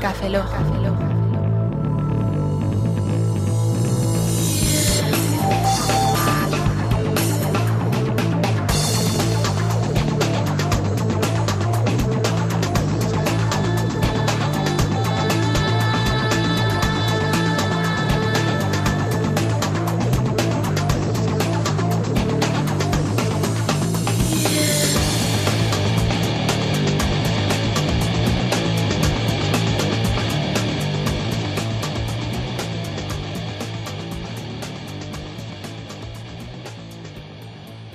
Café Loja. Café Loja.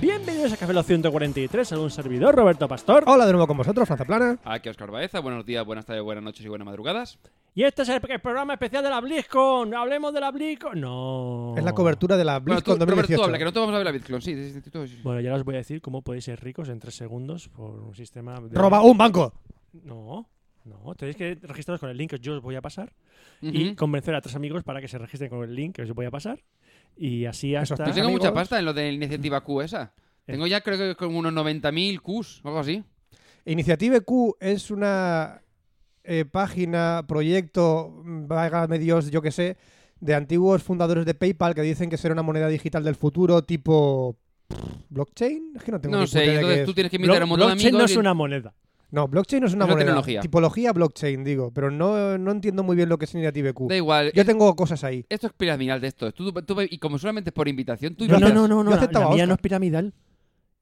Bienvenidos a Café Lock 143, a un servidor, Roberto Pastor. Hola de nuevo con vosotros, Franza Plana. Aquí Oscar Baeza, buenos días, buenas tardes, buenas noches y buenas madrugadas. Y este es el, el programa especial de la BlizzCon. Hablemos de la BlizzCon. No. Es la cobertura de la Oh. Bueno, BlizzCon tú, Roberto, 2018. tú habla, que no te vamos a hablar de Bitcoin, sí, sí, sí, tú- sí. Bueno, ya os voy a decir cómo podéis ser ricos en 3 segundos por un sistema de... Roba un banco. No, no. Tenéis que registraros con el link que yo os voy a pasar y Ujú. convencer a tres amigos para que se registren con el link que os voy a pasar. Y así Esos hasta... Yo tengo amigos. mucha pasta en lo de la iniciativa Q esa. Eh. Tengo ya creo que como unos 90.000 Qs, o algo así. Iniciativa Q es una eh, página, proyecto, vágame Dios, yo que sé, de antiguos fundadores de PayPal que dicen que será una moneda digital del futuro tipo blockchain. Es que no tengo No ni puta sé, idea de qué entonces tú es. tienes que invitar a Blo- un montón de blockchain amigos. no es y- una moneda. No, blockchain no es una Es una moneda. tecnología. Tipología blockchain, digo, pero no, no entiendo muy bien lo que es Iniciativa Q. Da igual. Yo tengo cosas ahí. Esto es piramidal de esto. Tú- tú- tú- y como solamente es por invitación, tú No, no, invitas. no, no, no, Yo la, aceptaba la mía Oscar. no es piramidal.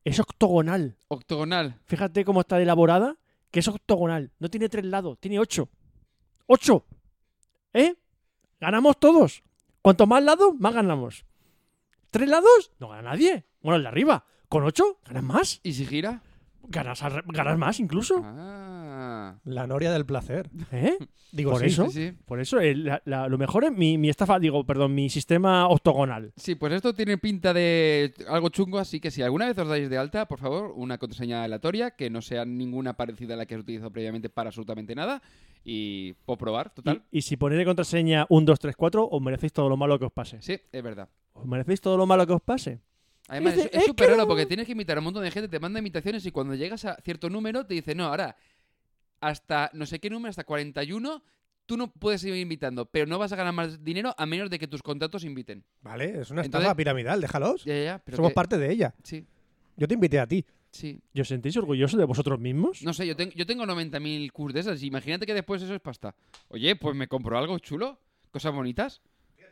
Es octogonal. Octogonal. Fíjate cómo está elaborada, que es octogonal. No tiene tres lados, tiene ocho. ¡Ocho! ¿Eh? Ganamos todos. Cuanto más lados, más ganamos. ¿Tres lados? No gana nadie. Bueno, el de arriba. Con ocho, ganas más. ¿Y si gira? Ganas, al re- ganas más incluso. Ah. La noria del placer. ¿Eh? Digo, Por sí. eso. Sí, sí. Por eso, el- la- la- lo mejor es mi, mi estafa, digo, perdón, mi sistema octogonal. Sí, pues esto tiene pinta de algo chungo, así que si alguna vez os dais de alta, por favor, una contraseña aleatoria, que no sea ninguna parecida a la que has utilizado previamente para absolutamente nada, y por probar, total. Y, y si ponéis de contraseña 1, 2, 3, 4, os merecéis todo lo malo que os pase. Sí, es verdad. Os merecéis todo lo malo que os pase. Además, Dice, es- es "Es súper que raro no". porque tienes que invitar a un montón de gente, te manda invitaciones y cuando llegas a cierto número te dice, no, ahora, hasta no sé qué número, hasta 41, tú no puedes seguir invitando, pero no vas a ganar más dinero a menos de que tus contactos inviten. Vale, es una estafa Entonces- piramidal, déjalos. Ya, ya, ya, pero Somos que- parte de ella. Sí, Yo te invité a ti. sí. ¿Y os sentís orgullosos de vosotros mismos? No sé, yo, tengo yo tengo 90.000 curs de esas. y Imagínate que después eso es pasta. Oye, pues me compro algo chulo, cosas bonitas.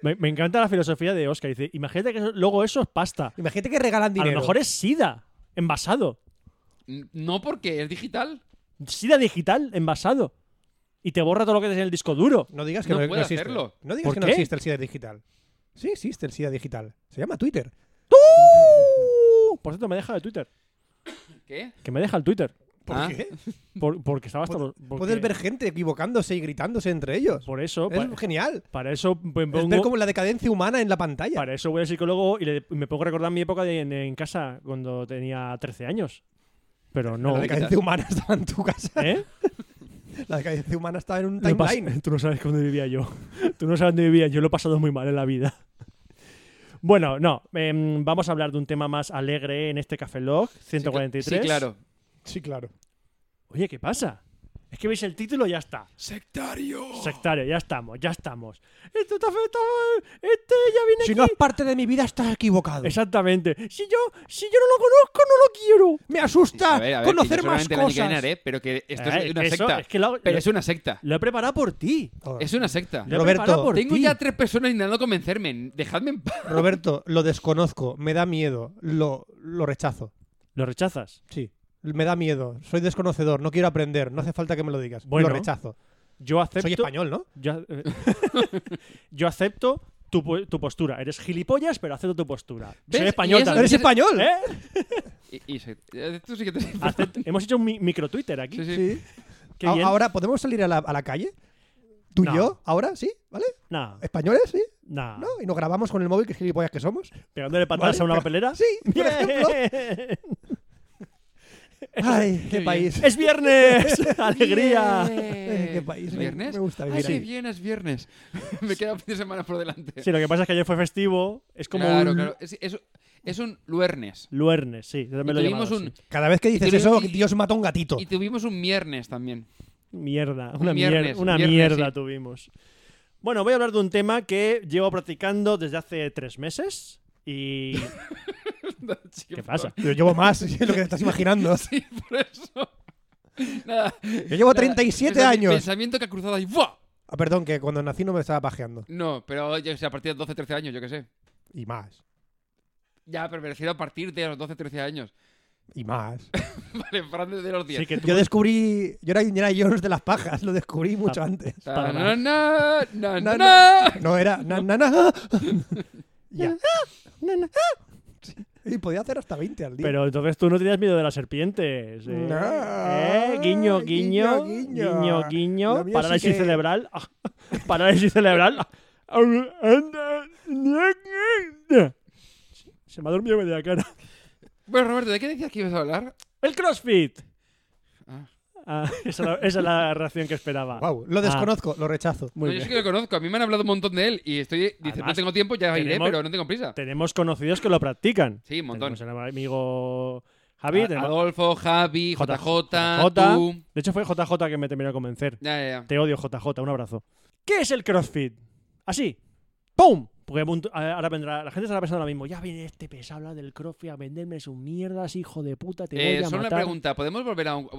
Me, me encanta la filosofía de Oscar. Dice, imagínate que eso- luego eso es pasta. Imagínate que regalan dinero. A lo mejor es SIDA, envasado. N- No porque es digital. SIDA digital, envasado. Y te borra todo lo que tienes en el disco duro. No digas que No no, puede existe. hacerlo. No digas ¿Por que no qué? existe el SIDA digital. Sí existe el SIDA digital. Se llama Twitter. Uh, por cierto, me deja de Twitter. ¿Qué? Que me deja el Twitter. ¿Por Ah. qué? Por- porque estaba hasta Pod- los- porque- Puedes ver gente equivocándose y gritándose entre ellos. Por eso, es pa- genial. para eso me Es pongo- ver como la decadencia humana en la pantalla. para eso voy al psicólogo y, le- y me pongo a recordar mi época de- en, en casa cuando tenía 13 años. Pero no. La decadencia Quitas. humana estaba en tu casa. ¿Eh? La decadencia humana estaba en un Lo pas- timeline. Tú no sabes dónde vivía yo. Tú no sabes dónde vivía yo. Lo he pasado muy mal en la vida. Bueno, no. em, vamos a hablar de un tema más alegre en este Café Log Sí, cl- 143. Sí, claro. Sí, claro. Oye, ¿qué pasa? Es que veis el título y ya está. Sectario. Sectario, ya estamos, ya estamos. Esto está fe- está- Este ya viene Si aquí. no es parte de mi vida, estás equivocado. Exactamente. Si yo, si yo no lo conozco, no lo quiero. Me asusta A ver, a ver, conocer que yo más solamente la cosas. nicarina, ¿eh? Pero que esto Eh, es una eso, secta. es que lo, Pero lo- es una secta. lo he preparado por ti. Oh. Es una secta. Lo he Roberto, preparado por Tengo ti. ya tres personas intentando convencerme. Dejadme en paz. Roberto, lo desconozco, me da miedo, lo, lo rechazo. Lo rechazas. Sí. Me da miedo, soy desconocedor, no quiero aprender, no hace falta que me lo digas. Bueno, lo rechazo. Yo acepto. Soy español, ¿no? Yo, eh, yo acepto tu, po- tu postura. Eres gilipollas, pero acepto tu postura. ¿Ves? Soy Y español eso- también. ¡Eres español! ¿Eh? Y, y secta. Tú sí que te... Acepto- Hemos hecho un mi- micro Twitter aquí. Sí, sí. Sí. Qué A- bien. Ahora, ¿podemos salir a la, a la calle? ¿Tú No. y yo? ¿Ahora? ¿Sí? ¿Vale? Nah, ¿Españoles? ¿Sí? nah. ¿No? ¿Y nos grabamos con el móvil? ¿Qué gilipollas que somos? Pegándole patadas Vale, a una pero- papelera. Sí, por Bien. ejemplo. ¡Ay, qué, bien. país! ¡Es viernes! ¡Alegría! Eh, ¡Qué país! Me- ¿Viernes? Me gusta Ay, vivir sí, ahí. bien, es viernes. Me queda fin de semana por delante. Sí, lo que pasa es que ayer fue festivo. Es como claro, un claro. Es, es- es un luernes. luernes, sí. yo también lo Y he tuvimos llamado un, así. Cada vez que dices Y- eso, y- Dios mata un gatito. y tuvimos un viernes también. mierda. Un Una, mier- viernes, una viernes, mierda sí. tuvimos. Bueno, voy a hablar de un tema que llevo practicando desde hace tres meses. ¿Y qué pasa? Yo llevo más, es lo que te estás imaginando. Sí, por eso. Nada. Yo llevo nada. 37 Pensami- años. Pensamiento que ha cruzado ahí. ¡Buah! Ah, perdón, que cuando nací no me estaba pajeando. No, pero yo que sé, a partir de 12, 13 años, yo qué sé. Y más. Ya, pero me refiero a partir de los 12, 13 años. Y más. Vale, Fran desde los 10. Sí, que tú- Yo descubrí. Yo era Indiana Jones de las pajas, lo descubrí mucho Ah. antes. Ta- na- na- na- Na- na. No era. Na, na, na. ya. Sí. Y podía hacer hasta 20 al día. Pero entonces tú no tenías miedo de las serpientes. ¿eh? No. ¿Eh? Guiño, guiño. Guiño, guiño. Guiño, guiño. Lo mío sí parálisis que- cerebral. parálisis cerebral. Se me ha dormido media cara. Bueno, Roberto, ¿de qué decías que ibas a hablar? ¡El CrossFit! Ah. Ah, esa, es la- esa es la reacción que esperaba. Wow, lo desconozco, lo rechazo. Muy No, yo bien. sí que lo conozco. A mí me han hablado un montón de él y estoy. Dice, Además, no tengo tiempo, ya iré, tenemos- pero no tengo prisa. Tenemos conocidos que lo practican. Sí, un montón. Ah, Tenemos el amigo Javi. A- tenemos- Adolfo, Javi, JJ, JJ. tú. De hecho, fue JJ que me terminó de convencer. Ya, ya, ya. Te odio, JJ. Un abrazo. ¿Qué es el CrossFit? Así. ¡Pum! Porque mun- ahora vendrá, la gente estará pensando ahora mismo, ya viene este pesado a hablar del CrossFit a venderme sus mierdas, hijo de puta, te voy Eh, a solo una matar. pregunta, ¿podemos volver a un...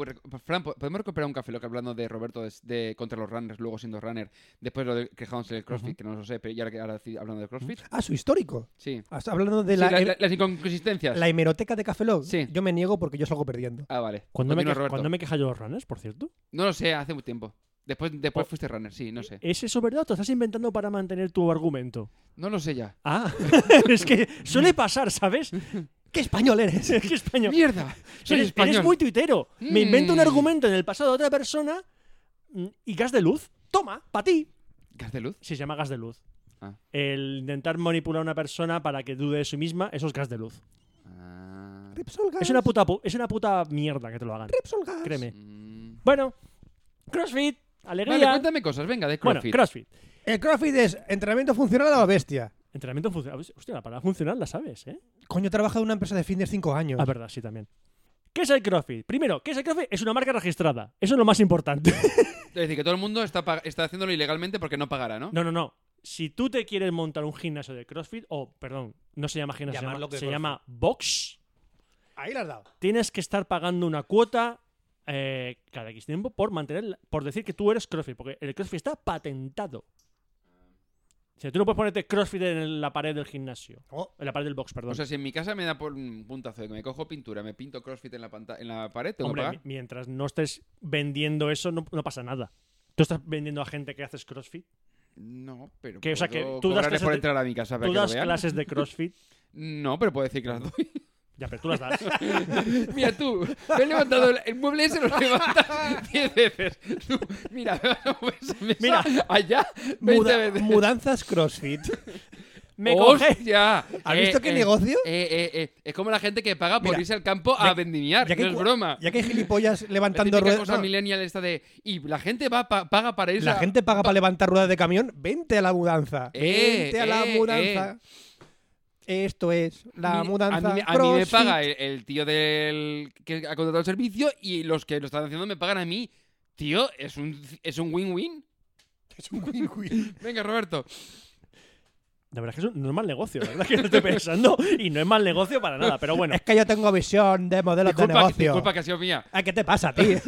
Fran, ¿po- ¿podemos recuperar un café lo que hablando de Roberto de, de- contra los runners, luego siendo runner, después lo de quejándose del CrossFit, que no lo sé, pero y ahora, que- ahora sí, hablando del CrossFit? Ah, su histórico. Sí. Ah, está Hablando de Sí, la, la- la- las inconsistencias. la hemeroteca de Café Lock, Sí. yo me niego porque yo salgo perdiendo. Ah, vale. ¿Cuándo me, Continúa, que- Roberto. cuándo me queja yo de los runners, por cierto? No lo sé, hace mucho tiempo. Después, después Oh. fuiste runner, sí, no sé. ¿Es eso verdad o te estás inventando para mantener tu argumento? No lo sé ya. Ah, es que suele pasar, ¿sabes? ¿Qué español eres? Es que español. ¡Mierda! Soy eres, español. eres muy tuitero. Me invento un Mm. argumento en el pasado de otra persona mm, y gas de luz. Toma, para ti. ¿Gas de luz? Sí, se llama gas de luz. Ah. El intentar manipular a una persona para que dude de sí misma, eso es gas de luz. Ah. Repsol Gas. Es una puta, pu- es una puta mierda que te lo hagan. Repsol Gas. Créeme. Mm. Bueno, CrossFit, Vale, alegría. cuéntame cosas, venga, de bueno, CrossFit. CrossFit. El CrossFit es entrenamiento funcional a la bestia. Entrenamiento funcional. Hostia, la palabra funcional la sabes, ¿eh? Coño, he trabajado en una empresa de fitness 5 años. Ah, verdad, sí, también. ¿Qué es el CrossFit? Primero, ¿qué es el CrossFit? Es una marca registrada. Eso es lo más importante. es decir, que todo el mundo está, pa- está haciéndolo ilegalmente porque no pagará, ¿no? No, no, no. Si tú te quieres montar un gimnasio de CrossFit, o, perdón, no se llama gimnasio, se Llamarlo llama, que se CrossFit. llama box, Ahí la has dado. tienes que estar pagando una cuota eh, cada X tiempo por mantener, la- por decir que tú eres CrossFit, porque el CrossFit está patentado. O sea, tú no puedes ponerte CrossFit en la pared del gimnasio, Oh, en la pared del box, perdón. O sea, si en mi casa me da por un puntazo de que me cojo pintura, me pinto CrossFit en la, panta- en la pared, tengo Hombre, que mi- pagar. mientras no estés vendiendo eso, no, no pasa nada. Tú estás vendiendo a gente que haces CrossFit. No, pero Que, o sea, que puedo tú das cobrarle clases por de- entrar a mi casa para Tú que lo das vean. clases de CrossFit. No, pero puedo decir que las doy. Ya, pero tú las das. mira tú, me he levantado el, el mueble ese lo levantas 10 veces. Tú, mira, pues, me vas a mover esa mesa Mira. allá 20 muda- veces. mudanzas CrossFit. Me Oh. coges. ¡Hostia! ¿Has Eh, visto qué eh, negocio? eh, eh, eh, Es como la gente que paga por Mira, irse al campo a ya- vendimiar. ya que no es cu- broma. Ya que hay gilipollas La levantando típica ruedas. cosa no, millennial esta de... Y la gente va pa- paga para irse la a- gente paga para levantar ruedas de camión. Vente a la mudanza. Eh, Vente a la eh, mudanza. Esto es la Mi- mudanza. A mí, a mí me CrossFit. paga el, el tío del que ha contratado el servicio y los que lo están haciendo me pagan a mí. Tío, es un es un win-win. Es un win-win. Venga, Roberto. La verdad es que eso no es mal negocio, la verdad que lo estoy pensando. Y no es mal negocio para nada, pero bueno. Es que yo tengo visión de modelos de Disculpa, negocio. disculpa que ha sido mía. Ah, ¿Qué te pasa, tío?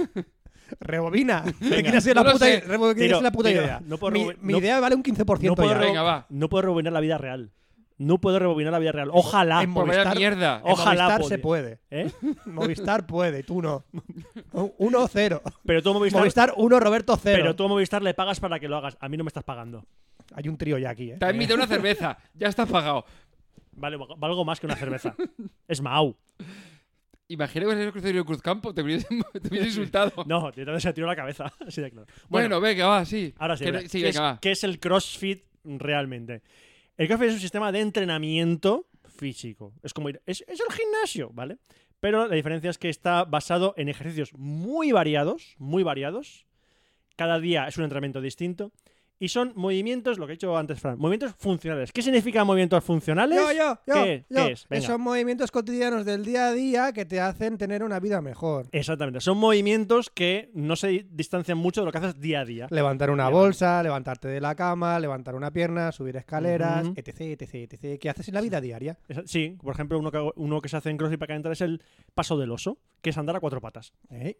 Rebobina. Te Venga. quieres ir la No lo puta, sé. rebo- quieres Tiro, ir la puta tiro. idea. No puedo mi rebo- mi no- idea vale un 15% No puedo, ya. rebo- Venga, va. no puedo rebobinar la vida real. No puedo rebobinar la vida real. Ojalá. En Por vaya Movistar- mierda. Oh. Ojalá Movistar podía. se puede. ¿eh? Movistar puede, tú no. 1-0. Pero tú a Movistar, Movistar 1, Roberto 0. pero tú a Movistar le pagas para que lo hagas. A mí no me estás pagando. Hay un trío ya aquí, ¿eh? Te ha invitado una cerveza. Ya está pagado. Vale, valgo más que una cerveza. es Mau. Imagina que hubieras cruzado el Cruzcampo. Te hubiese, te hubiese insultado. No, te se tiro la cabeza. Así de claro. Oh. bueno, venga, va, sí. Ahora sí, Que no- ¿verdad? sí, ¿Qué, es, venga, va. qué es el CrossFit realmente? El CrossFit es un sistema de entrenamiento físico. Es como ir. Es, es el gimnasio, ¿vale? Pero la diferencia es que está basado en ejercicios muy variados, muy variados. Cada día es un entrenamiento distinto. Y son movimientos, lo que he hecho antes, Fran, movimientos funcionales. ¿Qué significa movimientos funcionales? Yo, yo, yo, ¿Qué- yo. qué es? Venga. Esos movimientos cotidianos del día a día que te hacen tener una vida mejor. Exactamente, son movimientos que no se distancian mucho de lo que haces día a día. Levantar una Bien. bolsa, levantarte de la cama, levantar una pierna, subir escaleras, Ujú. etc, etc, etc. ¿Qué haces en la vida diaria? Esa- Sí, por ejemplo, uno que, hago- uno que se hace en CrossFit para calentar es el paso del oso, que es andar a cuatro patas. ¿Eh?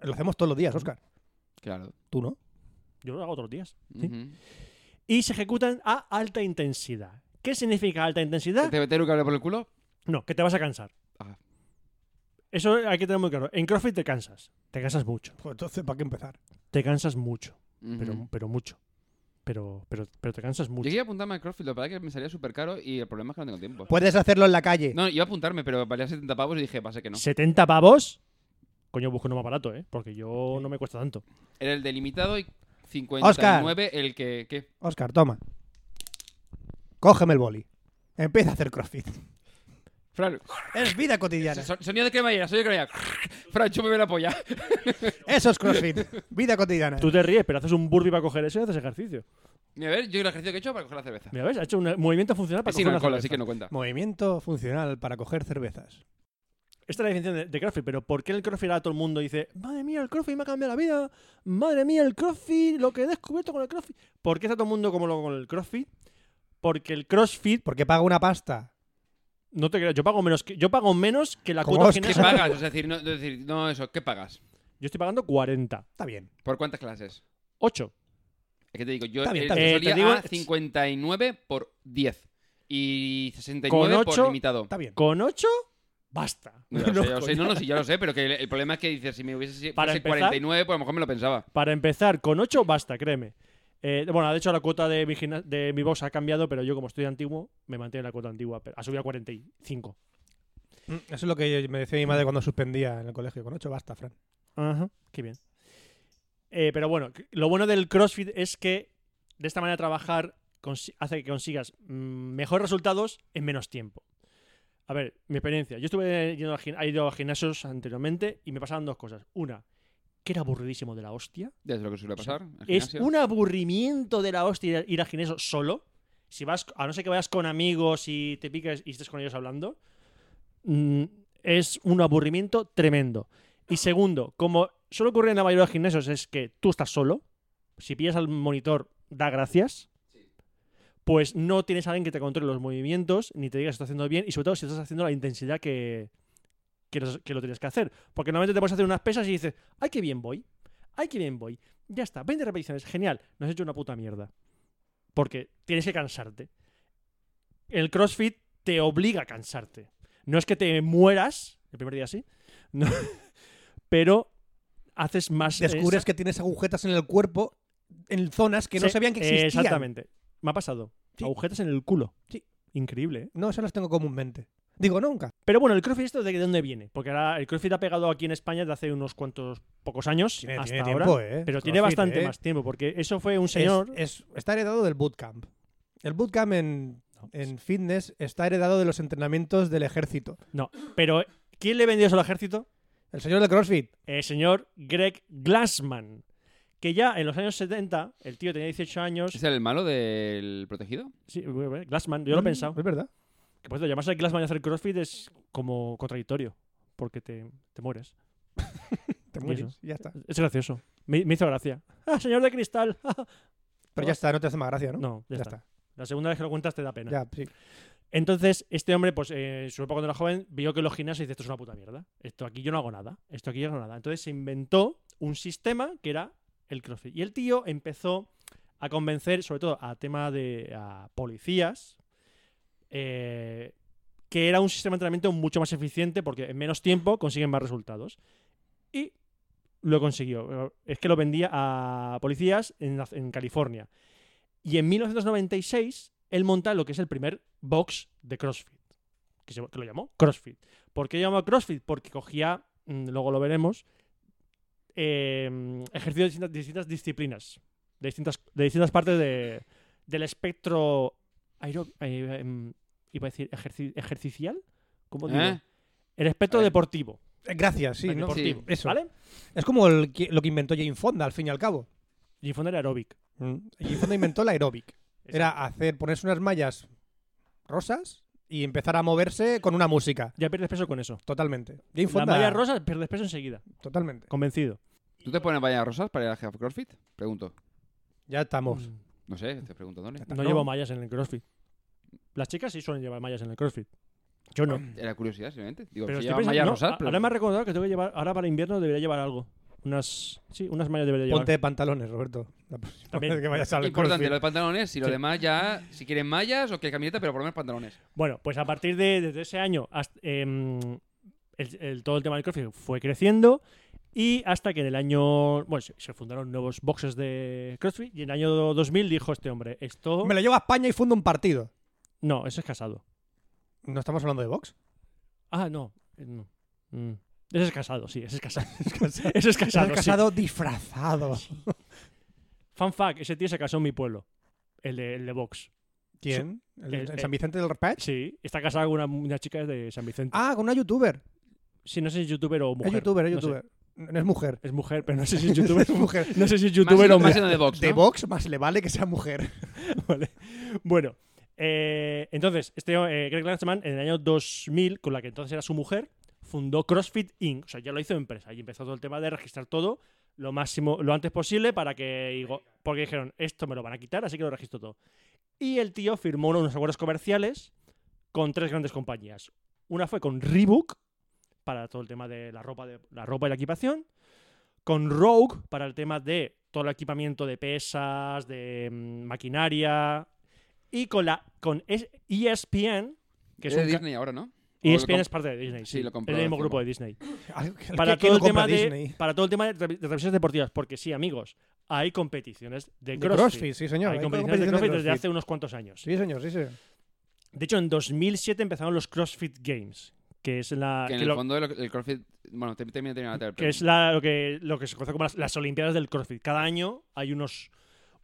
Lo hacemos todos los días, Oscar. Claro. Tú no. Yo lo hago todos los días. ¿sí? Ujú. Y se ejecutan a alta intensidad. ¿Qué significa alta ¿Te- intensidad? ¿Te meter un cable por el culo? No, que te vas a cansar. Ah. Eso hay que tener muy claro. En CrossFit te cansas. Te cansas mucho. Pues entonces, ¿para qué empezar? Te cansas mucho. Pero, Ujú. pero mucho. Pero, pero, pero te cansas Yo mucho. quería apuntarme al CrossFit, lo que pasa es que me salía súper caro y el problema es que no tengo tiempo. Puedes hacerlo en la calle. No, iba a apuntarme, pero valía 70 pavos y dije, pasa que no. ¿70 pavos? Coño, busco uno más barato, ¿eh? Porque yo no me cuesta tanto. Era el delimitado y 59 el que... ¿Qué? Oscar, toma. Cógeme el boli. Empieza a hacer crossfit. Fran, Es vida cotidiana. so- sonido de cremallera, sonido de cremallera. Fran, chúpeme la polla. Eso es crossfit. Vida cotidiana. Tú te ríes, pero haces un burpee para coger eso y haces ejercicio. Mira, a ver, yo el ejercicio que he hecho para coger la cerveza. Mira, ¿ves? Ha hecho un movimiento funcional para Es sin coger una alcohol, cerveza. así que no cuenta. Movimiento funcional para coger cervezas. Esta es la definición de, de CrossFit, pero ¿por qué en el CrossFit ahora todo el mundo dice, madre mía, el CrossFit me ha cambiado la vida, madre mía, el CrossFit, lo que he descubierto con el CrossFit? ¿Por qué está todo el mundo como loco con el CrossFit? Porque el CrossFit, Porque paga una pasta. no te creas, yo pago menos que, yo pago menos que la Como cuota Oscar. ¿Qué gimnasia. pagas? Es decir, no, es decir, no eso, ¿qué pagas? Yo estoy pagando 40. Está bien. ¿Por cuántas clases? 8. Es que te digo, yo Está bien, el está que bien. Eh, te solía digo- a 59 por 10 y 69 Con por ocho- limitado. Está bien. Con 8, basta. No, ya lo sé, ya lo sé. no, no, sí, ya lo sé, pero que el, el problema es que dices, si me hubiese sido Para empezar- 49, pues a lo mejor me lo pensaba. Para empezar, con 8 basta, créeme. Eh, bueno, de hecho la cuota de mi, gimna- de mi box ha cambiado, pero yo como estoy antiguo, me mantiene la cuota antigua. pero Ha subido a 45. Mm, Eso es lo que me decía mi madre cuando suspendía en el colegio. Con ocho basta, Fran. Ajá, qué bien. Eh, pero bueno, c- lo bueno del CrossFit es que de esta manera de trabajar consi- hace que consigas mm, mejores resultados en menos tiempo. A ver, mi experiencia. Yo estuve yendo a, gim- he ido a gimnasios anteriormente y me pasaban dos cosas. Una, que era aburridísimo de la hostia. Ya es lo que suele pasar. al Es gimnasio. un aburrimiento de la hostia ir a- ir al gimnasio solo. Si vas, a no ser que vayas con amigos y te piques y estés con ellos hablando, mm, es un aburrimiento tremendo. Y segundo, como solo ocurre en la mayoría de los gimnasios, es que tú estás solo. Si pillas al monitor, da gracias. Pues no tienes a alguien que te controle los movimientos, ni te diga si estás haciendo bien, y sobre todo si estás haciendo la intensidad que, que, los- que lo tienes que hacer. Porque normalmente te puedes hacer unas pesas y dices, ¡ay, qué bien voy! ¡ay, qué bien voy! Ya está, 20 repeticiones, genial, no has hecho una puta mierda. Porque tienes que cansarte. El CrossFit te obliga a cansarte. No es que te mueras, el primer día sí, no, pero haces más... Descubres que tienes agujetas en el cuerpo en zonas que no Sí, sabían que existían. Exactamente. Me ha pasado. Sí. Agujetas en el culo. Sí. Increíble, ¿eh? No, eso las tengo comúnmente. Digo, nunca. Pero bueno, el CrossFit esto de dónde viene? Porque ahora el CrossFit ha pegado aquí en España desde hace unos cuantos pocos años Tiene, hasta tiene ahora. tiempo, ¿eh? Pero tiene Crossfit, bastante ¿eh? más tiempo porque eso fue un Es- señor es- está heredado del bootcamp. El bootcamp en, en fitness está heredado de los entrenamientos del ejército. No, pero ¿quién le vendió eso al ejército? El señor del CrossFit. El señor Greg Glassman, que ya en los años 70, el tío tenía 18 años. ¿Es el malo del protegido? Sí, Glassman, yo lo he Mm, pensado. Es verdad. Que por cierto, llamarse Glassman y hacer crossfit es como contradictorio, porque te, te mueres. Te Y mueres. eso. Ya está. Es gracioso. Me, me hizo gracia. ¡Ah, señor de cristal! Pero ya está, no te hace más gracia, ¿no? No, ya, ya, está. La segunda vez que lo cuentas te da pena. Ya, sí. Entonces, este hombre, pues, eh, su época cuando era joven, vio que los gimnasios y dice, esto es una puta mierda. Esto aquí yo no hago nada. Esto aquí yo no hago nada. Entonces se inventó un sistema que era el CrossFit. Y el tío empezó a convencer, sobre todo a tema de a policías, eh, que era un sistema de entrenamiento mucho más eficiente porque en menos tiempo consiguen más resultados. Y lo consiguió. Es que lo vendía a policías en, la- en California. Y en 1996 él monta lo que es el primer box de CrossFit, que, se- que lo llamó CrossFit. ¿Por qué llamó CrossFit? Porque cogía, mm, luego lo veremos, eh, ejercicios de distintas, de distintas disciplinas, de distintas, de distintas partes de- del espectro aero- eh, em, iba a decir ejerci- ejercicial, ¿cómo digo? ¿Eh? El espectro A ver. deportivo. Eh, Gracias, sí. el ¿no? Sí. deportivo eso. ¿Vale? Es como el que- lo que inventó Jane Fonda, al fin y al cabo. Y en fondo era aeróbic. Y cuando inventó el aeróbic. Era hacer, ponerse unas mallas rosas y empezar a moverse con una música. Ya pierdes peso con eso. Totalmente. Jane La Fonda, malla rosa pierdes peso enseguida. Totalmente. Convencido. ¿Tú te pones vallas rosas para ir al Half CrossFit? Pregunto. Ya estamos. Mm. No sé, estoy preguntándole. No, llevo mallas en el CrossFit. Las chicas sí suelen llevar mallas en el CrossFit. Yo no. Era curiosidad, simplemente. Digo, Pero si estoy llevas pensando- mallas no, rosas, a- pero- ahora me ha recordado que tengo que llevar. Ahora para invierno debería llevar algo. Unas. Sí, unas mallas debería llevar. Ponte pantalones, Roberto. La próxima También. vez que vayas al Importante, CrossFit. lo de pantalones y lo Sí. demás ya, si quieren mallas o quieren camioneta, pero por lo menos pantalones. Bueno, pues a partir de desde ese año, hasta, em, el, el- todo el tema del CrossFit fue creciendo y hasta que en el año. Bueno, se, se fundaron nuevos boxes de CrossFit y en el año 2000 dijo este hombre: Esto. Me lo llevo a España y fundo un partido. No, eso es casado. ¿No estamos hablando de Vox? Ah, no. eh, no. Mm. Ese es casado, sí, ese es casado. Es casado, Ese es casado. sí. disfrazado. Fun fact: ese tío se casó en mi pueblo. El de, el de Vox. ¿Quién? ¿El, el- el San Vicente del Raspach? Eh, Sí, está casado con una, una chica de San Vicente. Ah, con una youtuber. Sí, no sé si es youtuber o mujer. Es youtuber, es no sé. youtuber. No, es mujer. Es mujer, pero no sé si es youtuber. es mujer. no sé si es Más youtuber siendo- o más mujer. siendo de Vox, De ¿no? Vox más le vale que sea mujer. Vale. Bueno, eh, entonces, este, eh, Greg Lanzmann en el año 2000, con la que entonces era su mujer, fundó CrossFit Inc. O sea, ya lo hizo empresa. Y empezó todo el tema de registrar todo lo máximo, lo antes posible para que... digo, Porque dijeron, esto me lo van a quitar, así que lo registro todo. Y el tío firmó unos acuerdos comerciales con tres grandes compañías. Una fue con Reebok, para todo el tema de la ropa, de, la ropa y la equipación. Con Rogue, para el tema de todo el equipamiento de pesas, de mm, maquinaria. Y con la con E es- ESPN, que es Es de un ca- Disney ahora, ¿no? O lo ESPN comp- es parte de Disney, Sí, sí. lo es compró del mismo Disney. grupo de Disney. ¿Qué- Para quién todo, lo el tema compra de, Disney? para todo el tema de tra- de revisiones deportivas, porque sí, amigos, hay competiciones de De CrossFit. CrossFit. sí, señor. hay, Hay competiciones, de competiciones CrossFit de desde hace CrossFit. unos cuantos años. Sí, señor, sí, señor. De hecho, en 2007 empezaron los CrossFit Games, que es la Que Ah, en que el lo- fondo el, el CrossFit... Bueno, te- termina termina la que es la- lo, que, lo que se conoce como las, las Olimpiadas del CrossFit. Cada año hay unos,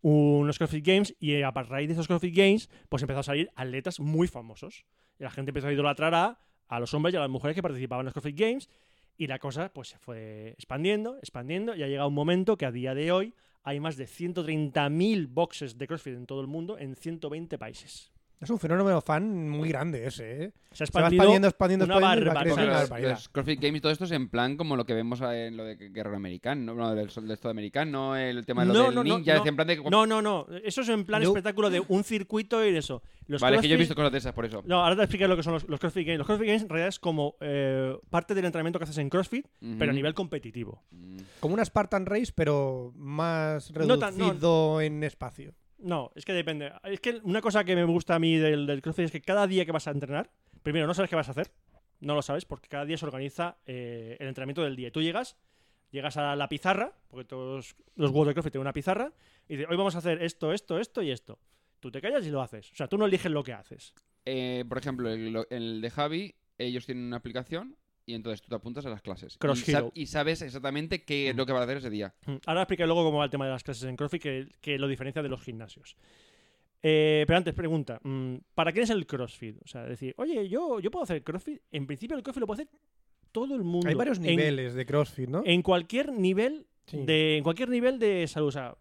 unos CrossFit Games y eh, a raíz de esos CrossFit Games pues empezaron a salir atletas muy famosos. Y la gente empezó a idolatrar a, a los hombres y a las mujeres que participaban en los CrossFit Games y la cosa pues se fue expandiendo, expandiendo y ha llegado un momento que a día de hoy hay más de 130.000 boxes de CrossFit en todo el mundo en 120 países. Es un fenómeno fan muy grande ese, ¿eh? Se ha Se va expandido expandiendo, expandiendo, una expandiendo. y barbaridad. va Porque creciendo, Una los, barbaridad. los CrossFit Games y todo esto es en plan como lo que vemos en lo de guerrero americano, ¿no? del soldado americano, el tema de lo No, del no, no, ninja, no. es en plan de... No, no, no. Eso es en plan No. espectáculo de un circuito y eso. Los vale, es que yo he CrossFit- visto cosas de esas, por eso. No, ahora te explico lo que son los, los CrossFit Games. Los CrossFit Games en realidad es como eh, parte del entrenamiento que haces en CrossFit, Ujú. pero a nivel competitivo. Mm. Como una Spartan Race, pero más No reducido tan- no. en espacio. No, es que depende. Es que una cosa que me gusta a mí del, del CrossFit es que cada día que vas a entrenar, primero no sabes qué vas a hacer, no lo sabes, porque cada día se organiza eh, el entrenamiento del día. Tú llegas, llegas a la pizarra, porque todos los juegos de CrossFit tienen una pizarra, y dices, hoy vamos a hacer esto, esto, esto y esto. Tú te callas y lo haces. O sea, tú no eliges lo que haces. Eh, por ejemplo, el, lo- el de Javi, ellos tienen una aplicación y entonces tú te apuntas a las clases. Cross y, sab- Hero. y sabes exactamente qué es lo que vas a hacer ese día. Mm. Ahora explicaré luego cómo va el tema de las clases en CrossFit, que, que lo diferencia de los gimnasios. Eh, pero antes, pregunta, mm, ¿para quién es el CrossFit? O sea, decir, oye, yo, yo puedo hacer CrossFit. En principio el CrossFit lo puede hacer todo el mundo. Hay varios En- niveles de CrossFit, ¿no? En cualquier nivel Sí. de, en cualquier nivel de salud. O sea,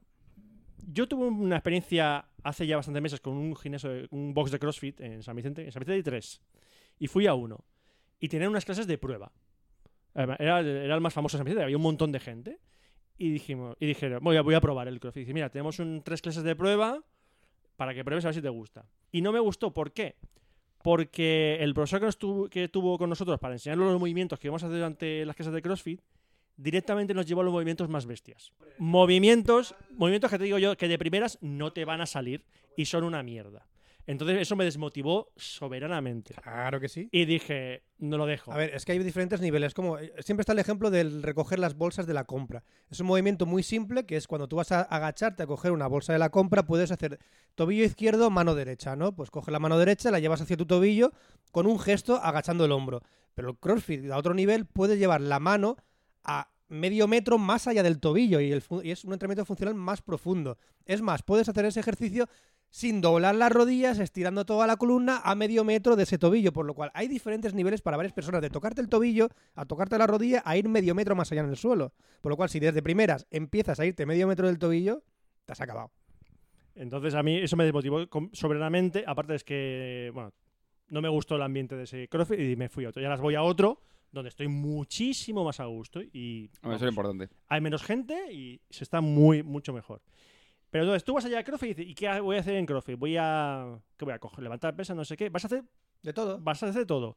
yo tuve una experiencia hace ya bastantes meses con un gimnasio, de- un box de CrossFit en San Vicente. En San Vicente hay tres. Y fui a uno. Y tenían unas clases de prueba. Además, Era, era el más famoso de San Vicente, había un montón de gente. Y dijimos, y dijeron, voy a, voy a probar el CrossFit. Dice, mira, tenemos un- tres clases de prueba para que pruebes a ver si te gusta. Y no me gustó, ¿por qué? Porque el profesor que, nos tuvo, que tuvo con nosotros para enseñarnos los movimientos que íbamos a hacer durante las clases de CrossFit, directamente nos llevó a los movimientos más bestias. Movimientos, movimientos que te digo yo que de primeras no te van a salir y son una mierda. Entonces eso me desmotivó soberanamente. Claro que sí. Y dije, no lo dejo. A ver, es que hay diferentes niveles. Como eh, siempre está el ejemplo del recoger las bolsas de la compra. Es un movimiento muy simple que es cuando tú vas a agacharte a coger una bolsa de la compra, puedes hacer tobillo izquierdo, mano derecha, ¿no? Pues coge la mano derecha, la llevas hacia tu tobillo con un gesto agachando el hombro. Pero el crossfit a otro nivel puedes llevar la mano a medio metro más allá del tobillo y, el fu- y es un entrenamiento funcional más profundo. Es más, puedes hacer ese ejercicio sin doblar las rodillas, estirando toda la columna a medio metro de ese tobillo, por lo cual hay diferentes niveles para varias personas, de tocarte el tobillo a tocarte la rodilla a ir medio metro más allá en el suelo. Por lo cual, si desde primeras empiezas a irte medio metro del tobillo, te has acabado. Entonces a mí eso me desmotivó com- soberanamente. Aparte es que, bueno, no me gustó el ambiente de ese CrossFit y me fui a otro. Y ahora voy a otro donde estoy muchísimo más a gusto y Hombre, vamos, Eso es importante. hay menos gente y se está muy, mucho mejor. Pero entonces tú vas allá a CrossFit y dices, ¿y qué voy a hacer en CrossFit? Voy a... ¿Qué voy a coger? Levantar pesas, no sé qué. Vas a hacer De todo. vas a hacer todo.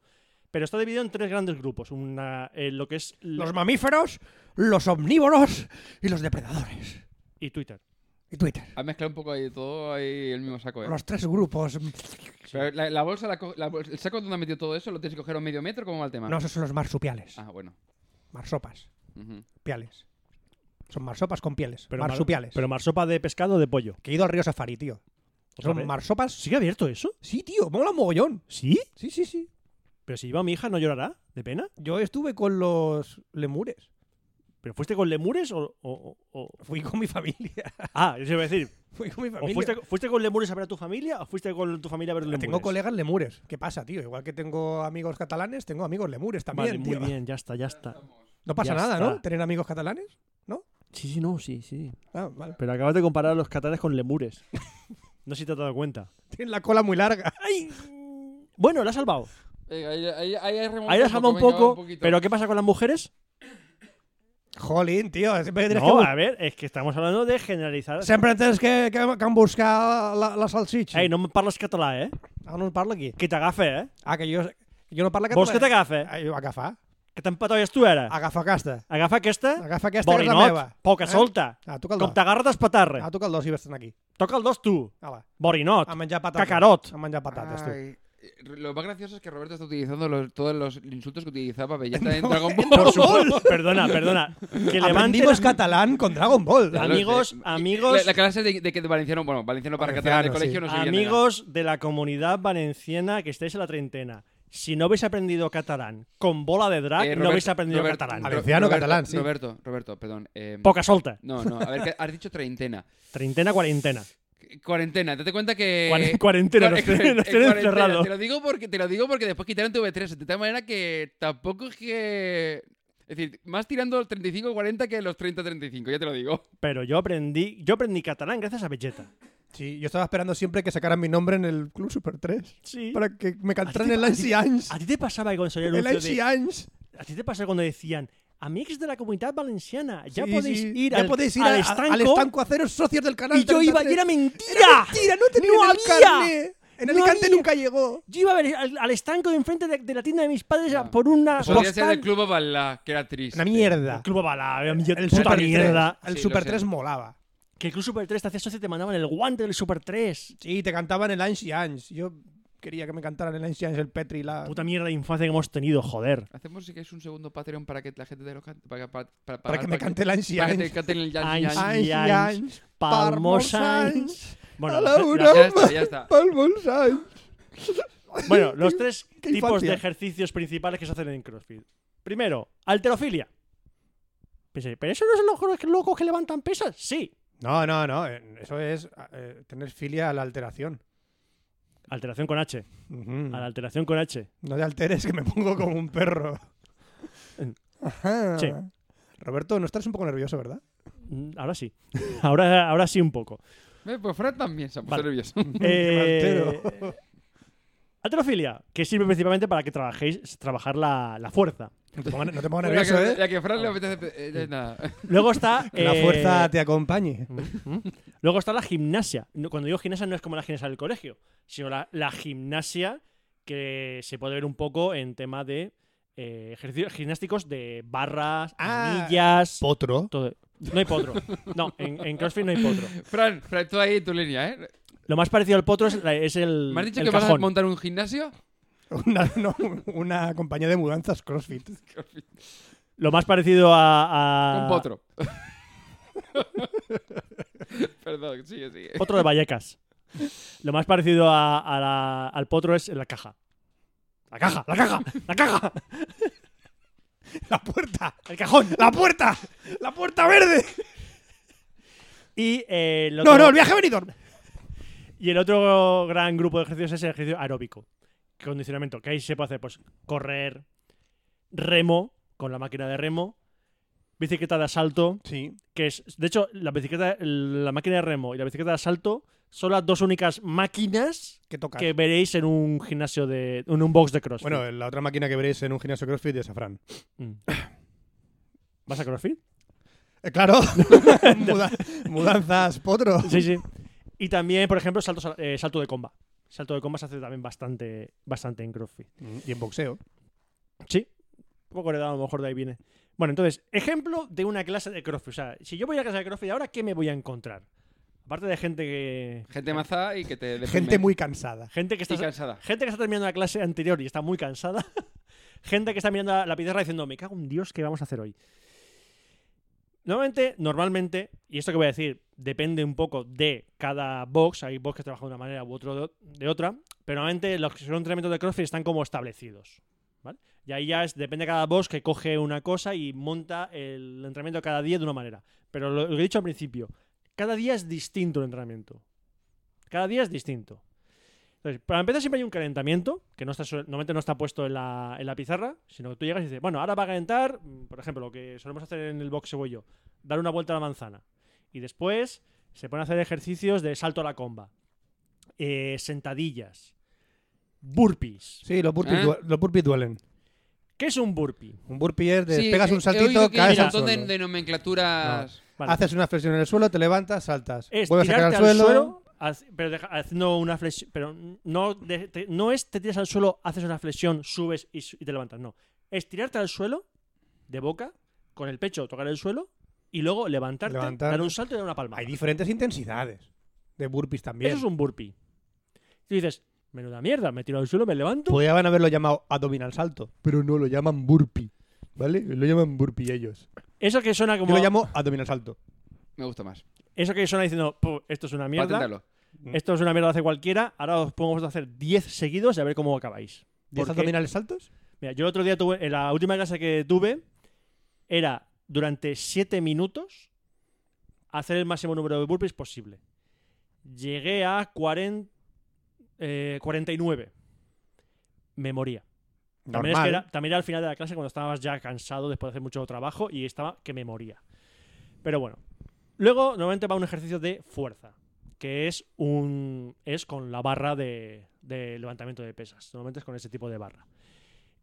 Pero está dividido en tres grandes grupos. Una, eh, lo que es la- Los mamíferos, los omnívoros y los depredadores. y Twitter. Y Twitter. Ha mezclado un poco ahí todo ahí el mismo saco. ¿eh? Los tres grupos. Pero la, la bolsa, la co- la bol- el saco donde ha metido todo eso, ¿lo tienes que coger a un medio metro? ¿Cómo va el Ah. tema? No, esos son los marsupiales. Ah, bueno. Marsopas. Ujú. Piales. Son marsopas con pieles. Pero mar- marsupiales. Pero marsopa de pescado o de pollo. Que he ido al río Safari, tío. Otra Son vez. marsopas. Sí, ¿Sigue abierto eso? sí, tío. Mola un mogollón. ¿Sí? Sí, sí, sí. Pero si lleva a mi hija, ¿no llorará? ¿De pena? Yo estuve con los lemures. ¿Pero fuiste con lemures o...? o- o- o- Fui con mi familia. Ah, eso iba a decir. Fui con mi ¿O familia. Ah, fuiste, fuiste con lemures a ver a tu familia o fuiste con tu familia a ver lemures? Tengo colegas lemures. ¿Qué pasa, tío? Igual que tengo amigos catalanes, tengo amigos lemures Vale, también, muy tío. bien, ya está, ya está. No pasa Ya nada, ¿no? está. Tener amigos catalanes. Sí, sí, no, sí, sí. Ah, vale. Pero acabas de comparar a los catalanes con lemures. No sé si te has dado cuenta. Tienen la cola muy larga. ¡Ay! Bueno, la has salvado. Venga, ahí, ahí, ahí has remontado Ahí la salva un venga, poco, poquito. pero ¿qué pasa con las mujeres? Jolín, tío. Siempre tienes No, que, a ver, es que estamos hablando de generalizar. bu- siempre tienes que, que, que buscar la, la salchicha. Ei, no me parles català, eh? Ah, no parla aquí. Que t'agafa, eh? Ah, que jo, que jo no parlo català. Vols que t'agafa? Ah, jo agafar? Que t'empatolles tu, ara? Agafa aquesta. Agafa aquesta, Agafa aquesta, que és la meva. borinot, poca Eh? solta. Ah, toca el Com dos. t'agarra, t'espatarra. Ah, toca el dos i estan aquí. Toca el dos, tu. Hala, Borinot. a menjar patates. Cacarot. A menjar patates, tu. Ay, eh, Lo más gracioso es que Roberto está utilizando los- todos los insultos que utilizaba Belleta en Dragon Ball. Por supuesto. Perdona, perdona. Que levante... Aprendimos catalán con Dragon Ball. Claro. Amigos, Eh, eh, amigos- La, la clase de, de que de valenciano, bueno, valenciano para catalán del colegio Valenciano, no sirve de nada. Amigos de la comunidad valenciana que estáis en la treintena, si no habéis aprendido catalán con bola de drag, Eh, no Robert- habéis aprendido Robert- catalán. Ro- Valenciano, Roberto, catalán, sí. Roberto, Roberto, perdón. eh, Poca solta. no, no, a ver, que has dicho treintena. Treintena, cuarentena. Cuarentena, date cuenta que. Cuaren- cuarentena, nos tienen- nos tienen Cuarentena, encerrado. Te lo, digo porque, te lo digo porque después quitaron TV3, de tal manera que tampoco es que. Es decir, más tirando el 35-40 que los 30-35, ya te lo digo. Pero yo aprendí, yo aprendí catalán gracias a Vegeta. Sí, yo estaba esperando siempre que sacaran mi nombre en el Club Super 3 Sí. para que me cantaran A ti- el a ti- Icy Anys. ¿A ti te pasaba cuando salía el El anuncio Icy de, Anys. a ti te pasaba cuando decían amigos de la comunidad valenciana, ya Sí, podéis sí, ir ya al, podéis ir al a- a- estanco, al estanco a haceros socios del canal. y yo iba y 33. era mentira. Era mentira, no tenía No en el había. carné. En No Alicante había. nunca llegó. Yo iba al, al- al estanco de enfrente de, de la tienda de mis padres a- No. por una Podría ser postal. del Club Ovalá, que era triste. Pues Una mierda. El club Avala, el Super puta 3. mierda. El Sí, Super lo sé. 3 molaba. Que el Club Super 3 te hacía socio y te mandaban el guante del Super 3. Sí, te cantaban el Ange Ange. Yo quería que me cantaran el Ange Ange, el Petri, la... Puta mierda de infancia que hemos tenido, joder. Hacemos si queréis un segundo Patreon para que la gente de los can- para, para, para que me cante el Ange para que te Ange. canten el Ay, Yanji sí. Yanji. Ange Ange Ange, Ange, Palmos Palmos Sainz. Bueno, a la la- la- una. Ya está, ya está. Palmos Ange. bueno, los tres tipos qué de infancia. ejercicios principales que se hacen en CrossFit. Primero, alterofilia. Pensé, ¿pero eso no son los locos que- locos que levantan pesas? Sí. No, no, no. eh, Eso es eh, tener filia a la alteración. Alteración con H. Ujú. A la alteración con H. No te alteres, que me pongo como un perro. Ajá. Sí. Roberto, no estás un poco nervioso, ¿verdad? Mm, Ahora sí. Ahora, ahora sí un poco. Eh, Pues Fran también se ha puesto Vale. nervioso. Eh, altero. alterofilia, que sirve principalmente para que trabajéis, trabajar la, la fuerza. No te pongas, no te pongas Ya nervioso, que, ¿eh? ya que Fran le apetece. eh, ya nada. Luego está... Que la eh, fuerza te acompañe. Mm. Luego está la gimnasia. No, Cuando digo gimnasia no es como la gimnasia del colegio, sino la, la gimnasia que se puede ver un poco en tema de eh, ejercicios gimnásticos de barras, Ah, anillas, Potro. todo. No hay potro. No, en, en CrossFit no hay potro. Fran, Fran, tú ahí en tu línea, ¿eh? Lo más parecido al potro es, la- es el, ¿Me has dicho el que vas a cajón. montar un gimnasio? Una, no, una compañía de mudanzas CrossFit. Lo más parecido a, a- Ah. Un potro. Perdón, sigue, sigue. potro de Vallecas. Lo más parecido a- a la- al potro es la caja. La caja, la caja, la caja, ¡La puerta! el cajón. ¡La puerta! ¡La puerta verde! Y eh, lo No, otro- no, el viaje a Benidorm. Y el otro gran grupo de ejercicios es el ejercicio aeróbico. Condicionamiento, que ahí se puede hacer pues correr, remo con la máquina de remo, bicicleta de asalto, Sí. que es de hecho la bicicleta la máquina de remo y la bicicleta de asalto son las dos únicas máquinas que toca. que veréis en un gimnasio de. en un box de CrossFit. Bueno, la otra máquina que veréis en un gimnasio CrossFit es Safran. Mm. ¿Vas a CrossFit? Eh, claro. Muda- mudanzas, potro. Sí, sí. Y también, por ejemplo, saltos a- eh, salto de comba. Salto de comba se hace también bastante, bastante en CrossFit. Mm, Y en boxeo. Sí. Un poco heredado, a lo mejor de ahí viene. Bueno, entonces, ejemplo de una clase de CrossFit. O sea, si yo voy a la clase de CrossFit ahora, ¿qué me voy a encontrar? Aparte de gente que. Gente maza y que te deprime. Gente muy cansada. Gente que Y está. cansada. Gente que está terminando la clase anterior y está muy cansada. Gente que está mirando la- la pizarra diciendo, me cago en Dios, ¿qué vamos a hacer hoy? Normalmente, normalmente, y esto que voy a decir depende un poco de cada box, hay box que trabajan de una manera u otro de, de otra, pero normalmente los que son entrenamientos de CrossFit están como establecidos. ¿vale? Y ahí ya es, depende de cada box que coge una cosa y monta el entrenamiento cada día de una manera. Pero lo, lo que he dicho al principio, cada día es distinto el entrenamiento. Cada día es distinto. Entonces, para empezar siempre hay un calentamiento, que no está, sol- normalmente no está puesto en la, en la pizarra, sino que tú llegas y dices, bueno, ahora va a calentar, mm, por ejemplo, lo que solemos hacer en el box voy yo, dar una vuelta a la manzana. Y después se ponen a hacer ejercicios de salto a la comba, eh, sentadillas, burpees. Sí, los burpees, ¿Eh? due- los burpees duelen. ¿Qué es un burpee? Un burpee es de Sí, pegas he- un he saltito, oído que hay caes un al montón de, suelo. de nomenclaturas. Vale. Haces una flexión en el suelo, te levantas, saltas. Es Vuelves a caer tirarte al al suelo. suelo, haz- pero deja- haciendo una flexión, pero no, de- te- no es te tiras al suelo, haces una flexión, subes y, su- y te levantas, no. Es tirarte al suelo de boca, con el pecho tocar el suelo y luego levantarte, Levantar. dar un salto y dar una palma. Hay diferentes intensidades de burpees también. Eso es un burpee. Tú dices, menuda mierda, me tiro al suelo, me levanto. Podrían haberlo llamado abdominal salto, pero no, lo llaman burpee. ¿Vale? Lo llaman burpee ellos. eso que suena Yo como lo llamo abdominal salto. Me gusta más. eso que suena diciendo, "Puh, esto es una mierda. Paténtalo. Esto es una mierda, lo hace cualquiera. Ahora os pongo vosotros a hacer 10 seguidos y a ver cómo acabáis. ¿Diez Porque- abdominales saltos? Mira, yo el otro día tuve, en la última clase que tuve, era durante 7 minutos hacer el máximo número de burpees posible. Llegué a 40, eh, 49. Me moría. También, es que era, también era al final de la clase cuando estabas ya cansado después de hacer mucho trabajo y estaba que me moría. Pero bueno. Luego, normalmente va un ejercicio de fuerza, que es un es con la barra de, de levantamiento de pesas. Normalmente es con ese tipo de barra.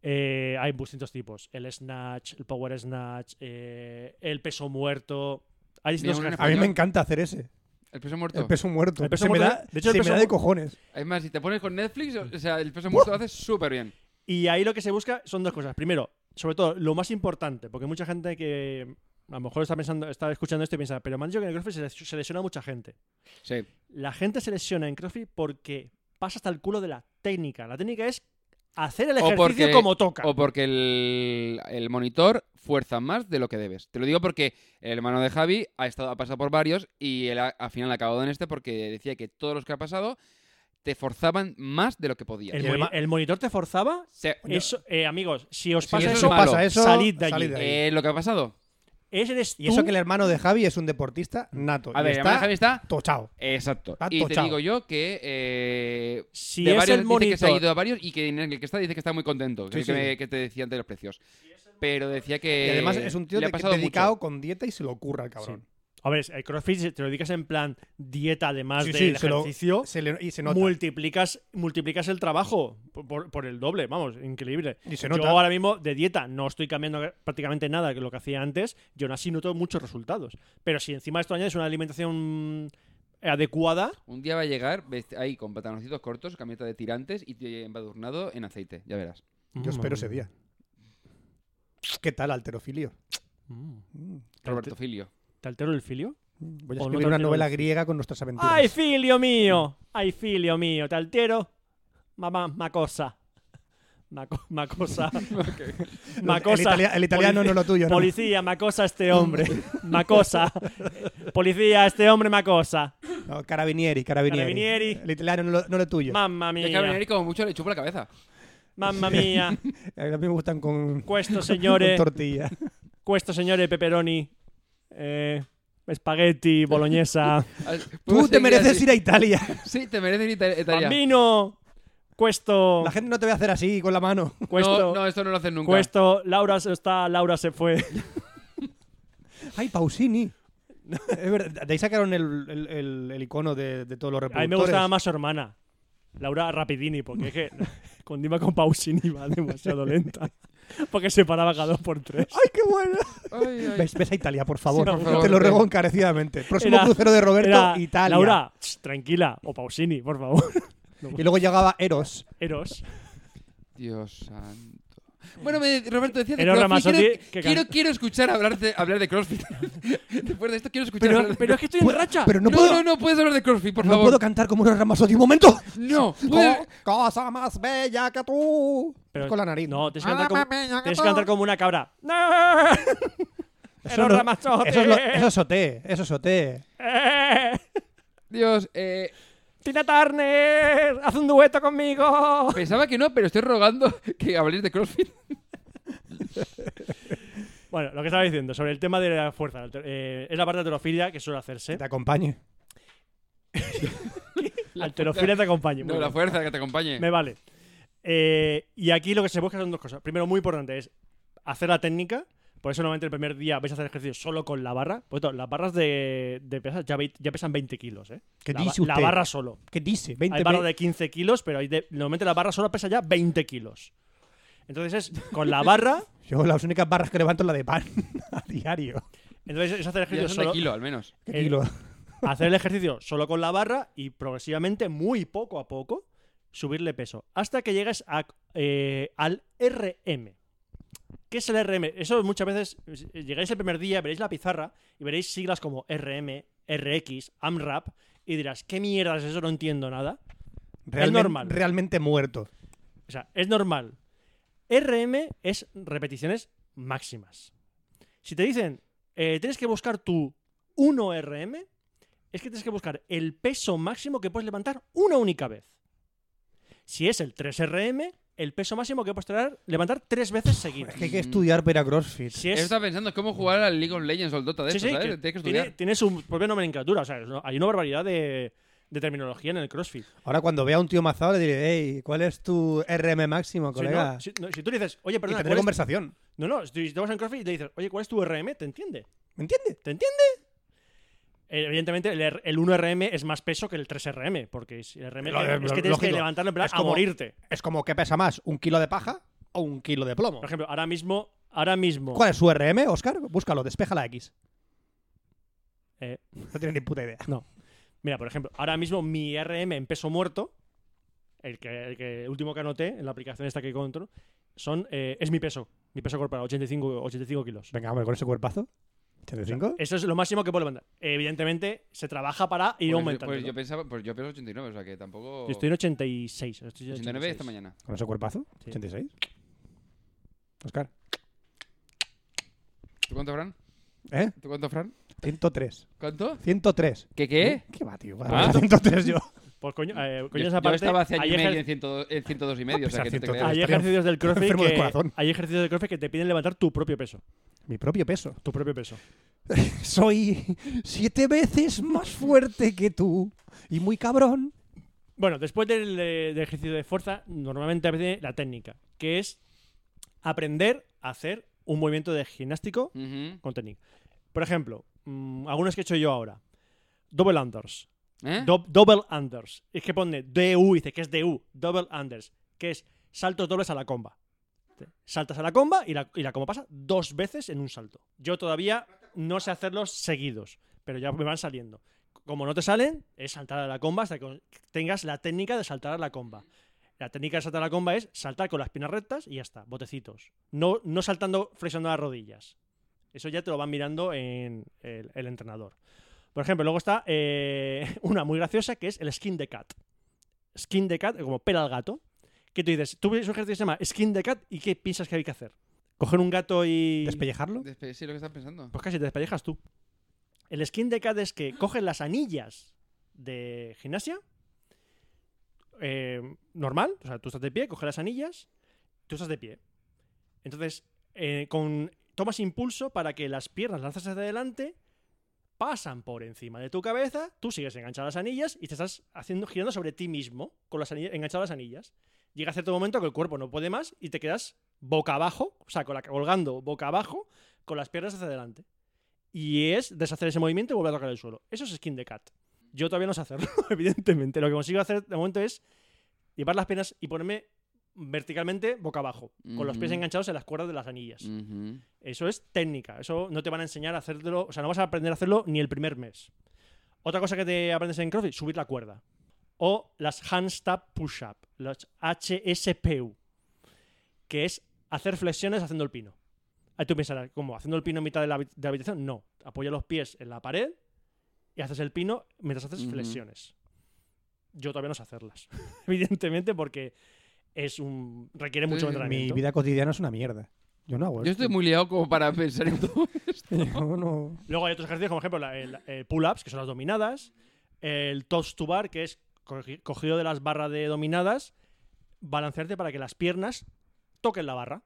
Eh, hay distintos tipos. El snatch, el power snatch, eh, el peso muerto. Hay distintos Mira, un A ejercicios. mí me encanta hacer ese. El peso muerto. El peso muerto. El peso se me muerto- da, de hecho, el se me peso da de mu- cojones. Además, si te pones con Netflix, o sea, el peso muerto lo haces súper bien. Y ahí lo que se busca son dos cosas. Primero, sobre todo, lo más importante, porque mucha gente que a lo mejor está pensando, está escuchando esto y piensa, pero me han dicho que en el CrossFit se les- se lesiona mucha gente. Sí. La gente se lesiona en CrossFit porque pasa hasta el culo de la técnica. La técnica es hacer el O ejercicio porque- como toca. O porque el, el monitor fuerza más de lo que debes. Te lo digo porque el hermano de Javi ha, estado, ha pasado por varios y él ha- al final ha acabado en este porque decía que todos los que ha pasado te forzaban más de lo que podías. el, y el moni- ma- el monitor te forzaba. Se- Eso, eh, amigos, si os Sí, pasa eso es eso, malo. pasa eso, salid de allí. salid de ahí. eh, lo que ha pasado. ese eres Y eso tú. que el hermano de Javi es un deportista nato. A y ver, el está hermano de Javi está. tochao. Exacto. Está Y te tochado. digo yo que. eh, si de es varios el dice que se ha monitor ido a varios y que en el que está dice que está muy contento. que, Sí, es el que sí. me- que te decía antes de los precios. Pero decía que. y además es un tío Eh, le de- ha pasado dedicado mucho. con dieta y se lo ocurra al cabrón. A ver, el CrossFit se- te lo dedicas en plan dieta además Sí, del sí, se lo- ejercicio. Se le- y se nota. multiplicas, multiplicas el trabajo por, por- por el doble, vamos, increíble. Y se Yo nota. ahora mismo de dieta no estoy cambiando prácticamente nada que lo que hacía antes, yo aún así noto muchos resultados. Pero si encima de esto añades una alimentación adecuada, Un día va a llegar vest- ahí con pantaloncitos cortos, camioneta de tirantes y tío embadurnado en aceite. Ya verás. mm, Yo espero ese día. ¿Qué tal, alterofilio? Mm. Mm. ¿Te, Roberto alte- Filio. te altero el filio? Voy a O no escribir te una altero novela el- griega con nuestras aventuras. ¡Ay, filio mío! ¡Ay, filio mío! ¿Te altero? Mamá, ma cosa. Ma, co- ma cosa. ma El cosa. italia- el italiano no es lo tuyo, ¿no? Mm. Policía, macosa este hombre. Macosa. Policía, este hombre macosa. No, carabinieri, carabinieri. Carabinieri. El italiano no lo, no lo tuyo. Mamma Es que mía. a Brineri como mucho le chupo la cabeza. Mamma mía. A mí me gustan con, Questo con señore. tortilla. Questo señore pepperoni. Eh, spaghetti, boloñesa. Tú te mereces ir a Italia. Sí, te mereces ir a Italia. Bambino. Questo. La gente no te va a hacer así con la mano. No, Questo. no, esto no lo hacen nunca. Questo. Laura se- está. Laura se fue. Ay, Pausini. Es verdad, de ahí sacaron el, el- el- el icono de, de todos A los mí reproductores. me gustaba más su hermana, Laura Rapidini, porque es que con Dima con Pausini va demasiado lenta. Porque se paraba cada dos por tres. ¡Ay, qué bueno! Ay, ay. Ves, ves a Italia, por favor. Sí, por favor. Te lo ruego encarecidamente. Próximo Era- crucero de Roberto, Era, Italia. Laura, "Ch, tranquila, o Pausini, por favor. Y luego llegaba Eros. Eros. Dios santo. Bueno, me- Roberto, decía de Era CrossFit. Ramazzotti Quiero, que quiero, can- quiero escuchar hablar de, hablar de CrossFit. Después de esto, quiero escuchar Pero, hablar de pero es que estoy en racha. Pero no No, puedo, no, no puedes hablar de CrossFit, por no favor. puedo cantar como unos Ramazotti. ¡Un momento! No, puedes- Co- Cosa más bella que tú. Pues- Pero- Con la nariz. No, tienes que Ah, cantar como, mami, ya tienes que que todo. cantar como una cabra. ¡No! Eso, Eros no- Ramazzotti. eso es lo- eso es soté. Eso es soté. ¡Eh! Dios, eh, Tina Turner, haz un dueto conmigo. pensaba que no, pero estoy rogando que habléis de CrossFit. Bueno, lo que estaba diciendo sobre el tema de la fuerza. el ter- eh, es la parte de alterofilia que suele hacerse. Que te acompañe. Alterofilia te acompaña. No, la fuerza que te acompañe. Me vale. Eh, y aquí lo que se busca son dos cosas. Primero, muy importante, es hacer la técnica. Por eso normalmente el primer día vais a hacer ejercicio solo con la barra. Por cierto, las barras de, de pesas ya, veis- ya pesan 20 kilos, ¿eh? ¿Qué la, ba- dice la usted? barra solo. ¿Qué dice? Hay 20 barra pe- de 15 kilos, pero hay de- normalmente la barra solo pesa ya 20 kilos. Entonces es con la barra, Yo las únicas barras que levanto es la de pan a diario. entonces es hacer Ya ejercicio son de solo, kilo, al menos. ¿Qué El- kilo? hacer el ejercicio solo con la barra y progresivamente, muy poco a poco, subirle peso. Hasta que llegues a, eh, al RM. ¿Qué es el RM? Eso muchas veces eh, llegáis el primer día, veréis la pizarra y veréis siglas como RM, RX, AMRAP y dirás, ¿qué mierda es eso? No entiendo nada. Realmente- normal. Realmente muerto. O sea, es normal. RM es repeticiones máximas. Si te dicen, eh, tienes que buscar tu 1RM, es que tienes que buscar el peso máximo que puedes levantar una única vez. Si es el 3RM, el peso máximo que puedes traer- levantar tres veces seguidas. Es que hay que estudiar para ir a CrossFit. Si Yo es, estaba pensando cómo jugar al League of Legends o al Dota de sí, esto, sí, ¿sabes? que Tienes que tiene, estudiar. tiene su propia nomenclatura. O sea, es una- hay una barbaridad de, de terminología en el CrossFit. Ahora cuando vea a un tío mazado le diré, hey, ¿cuál es tu RM Si, no- máximo, colega? si- no, si tú le dices, oye, y perdona, tendré ¿cuál es- conversación. no, no, si te vas en CrossFit y te dices, oye, ¿cuál es tu RM? Te entiende. ¿Me entiendes? ¿Te entiende? Eh, Evidentemente, el, R- el 1RM es más peso que el 3RM, porque si el RM Lo- lo- es que tienes que lógico. levantarlo en plan Es a como- morirte. Es como, ¿qué pesa más? ¿Un kilo de paja o un kilo de plomo? Por ejemplo, ahora mismo, ahora mismo, ¿Cuál es su RM, Oscar? Búscalo, despeja la X. Eh. No tiene ni puta idea. mira, por ejemplo, ahora mismo mi RM en peso muerto, el que, el que- el último que anoté en la aplicación esta que controlo, son, eh, es mi peso, mi peso corporal, 85, 85 kilos. Venga, hombre, con ese cuerpazo. 85. Eso es lo máximo que puedo levantar. Evidentemente, se trabaja para ir Pues- aumentando. Pues yo yo, pensaba, pues yo pienso 89, o sea que tampoco. estoy en 86. estoy en 89 esta 86. mañana. con ese cuerpazo. Sí. 86. Oscar. ¿Tú cuánto, Fran? ¿Eh? ¿Tú cuánto, Fran? 103. ¿Cuánto? 103. ¿Qué qué? ¿Qué va, tío? Ah. 103 yo. Pues coño, eh, coño Yo, esa yo parte, estaba hace año hay y medio ejer- en 102, en 102 y pues medio, o sea Pesar que no te 103. creas. Hay Estaría ejercicios del CrossFit enfermo del que, corazón. hay ejercicios del CrossFit que te piden levantar tu propio peso, Mi propio peso. tu propio peso. Soy siete veces más fuerte que tú. Y muy cabrón. Bueno, después del, eh, del ejercicio de fuerza, normalmente aparece la técnica, que es aprender a hacer un movimiento de gimnástico Ujú. con técnica. Por ejemplo, mm, algunos que he hecho yo ahora. Double unders. ¿Eh? Dob- double unders. Es que pone DU, dice que es DU. Double unders. Que es saltos dobles a la comba. Saltas a la comba y la, y la comba pasa dos veces en un salto. Yo todavía no sé hacerlos seguidos, pero ya me van saliendo. Como no te salen, es saltar a la comba hasta que tengas la técnica de saltar a la comba. La técnica de saltar a la comba es saltar con las piernas rectas y ya está, botecitos. No, no saltando, flexionando las rodillas. Eso ya te lo van mirando en el, el entrenador. Por ejemplo, luego está eh, una muy graciosa que es el skin de cat. Skin de cat, como pela al gato. Que tú dices, tú ves un ejercicio que se llama skin de cat y ¿qué piensas que hay que hacer? Coger un gato y... ¿Despellejarlo? Despe- Sí, lo que estás pensando. Pues casi te despellejas tú. El skin de cat es que coges las anillas de gimnasia. eh, normal, o sea, tú estás de pie, coges las anillas, tú estás de pie. Entonces, eh, con, tomas impulso para que las piernas lanzas hacia adelante, pasan por encima de tu cabeza, tú sigues enganchado a las anillas y te estás haciendo, girando sobre ti mismo, con las anillas, enganchado a las anillas. Llega cierto momento que el cuerpo no puede más y te quedas boca abajo, o sea, con la- colgando boca abajo, con las piernas hacia adelante. y es deshacer ese movimiento y volver a tocar el suelo. Eso es skin de cat. Yo todavía no sé hacerlo, evidentemente. Lo que consigo hacer de momento es llevar las piernas y ponerme verticalmente boca abajo, con los pies Ujú. enganchados en las cuerdas de las anillas. Ujú. Eso es técnica. Eso no te van a enseñar a hacerlo. O sea, no vas a aprender a hacerlo ni el primer mes. Otra cosa que te aprendes en CrossFit, subir la cuerda. O las handstand push-up, las HSPU, que es hacer flexiones haciendo el pino. Ahí tú pensarás, ¿cómo? ¿Haciendo el pino en mitad de la, habi- de la habitación? No. Apoya los pies en la pared y haces el pino mientras haces Ujú. flexiones. Yo todavía no sé hacerlas. Evidentemente, porque es un requiere mucho Entonces, entrenamiento. Mi vida cotidiana es una mierda. Yo no hago Yo esto. estoy muy liado como para pensar en todo esto. Yo no- Luego hay otros ejercicios, como por ejemplo la- el, el pull-ups, que son las dominadas, el toss to bar, que es cogi- cogido de las barras de dominadas, balancearte para que las piernas toquen la barra.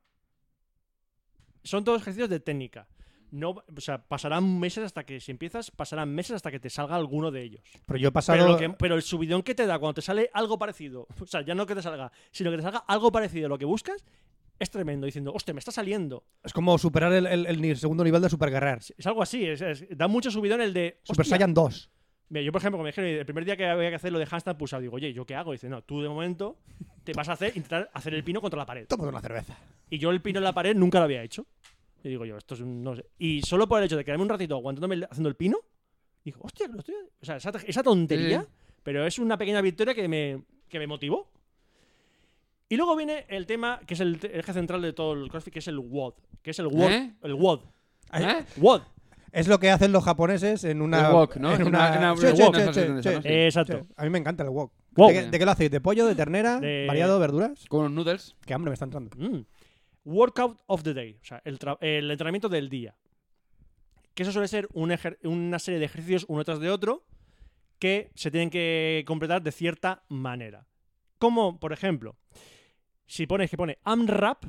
Son todos ejercicios de técnica. No, o sea, pasarán meses hasta que, si empiezas, pasarán meses hasta que te salga alguno de ellos. Pero yo he Pero, pasado. lo que- pero el subidón que te da cuando te sale algo parecido, o sea, ya no que te salga, sino que te salga algo parecido a lo que buscas, es tremendo. Diciendo, hostia, me está saliendo. Es como superar el, el- el ni- segundo nivel de superguerrar. Es algo así, es- es- da mucho subidón el de. Super "Hostia, Saiyan 2. Mira, yo, por ejemplo, como me dijeron el primer día que había que hacer lo de handstand push digo, oye, ¿yo qué hago? Y dice, no, tú de momento te vas a hacer intentar hacer el pino contra la pared. Tómate una cerveza. Y yo el pino en la pared nunca lo había hecho. Y digo yo, esto es un- no sé. Y solo por el hecho de quedarme un ratito aguantándome el- haciendo el pino, digo, hostia, que lo estoy... O sea, esa, esa tontería, Sí. pero es una pequeña victoria que me, que me motivó. Y luego viene el tema, que es el, te- el eje central de todo el CrossFit, que es el WOD. Que es el WOD. ¿Eh? El WOD. Ay, ¿Eh? WOD. Es lo que hacen los japoneses en una. El wok, ¿no? En En una, una- en una- Sí, el sí, wok, sí, no sé sí, dónde sí, está, no sí. sé. Eh, Exacto. Sí, A mí me encanta el wok. Wok. ¿De, qué, de qué lo hacéis? ¿De pollo, de ternera, De- variado, verduras? Con los noodles. Qué hambre me está entrando. Mm. Workout of the day, o sea, el, tra- el entrenamiento del día. Que eso suele ser un ejer- una serie de ejercicios uno tras de otro que se tienen que completar de cierta manera. Como, por ejemplo, si pones que pone AMRAP,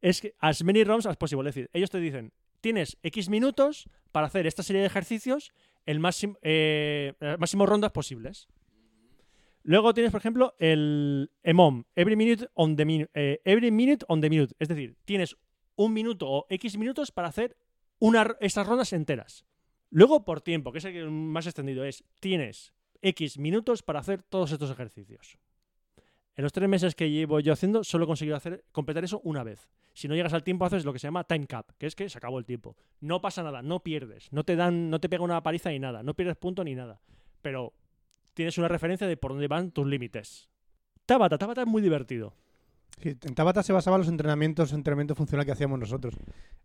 es que as many rounds as possible. Es decir, ellos te dicen, tienes X minutos para hacer esta serie de ejercicios el máximo, eh, las máximas rondas posibles. Luego tienes, por ejemplo, el EMOM, every minute on the minute, every minute on the minute. Es decir, tienes un minuto o X minutos para hacer una, r- esas rondas enteras. Luego, por tiempo, que es el que más extendido es, tienes X minutos para hacer todos estos ejercicios. En los tres meses que llevo yo haciendo, solo he conseguido hacer, completar eso una vez. Si no llegas al tiempo, haces lo que se llama time cap, que es que se acabó el tiempo. No pasa nada, no pierdes, no te dan, no te pega una paliza ni nada, no pierdes punto ni nada. Pero tienes una referencia de por dónde van tus límites. Tabata, Tabata es muy divertido. Sí, en Tabata se basaban los entrenamientos, entrenamiento funcional que hacíamos nosotros.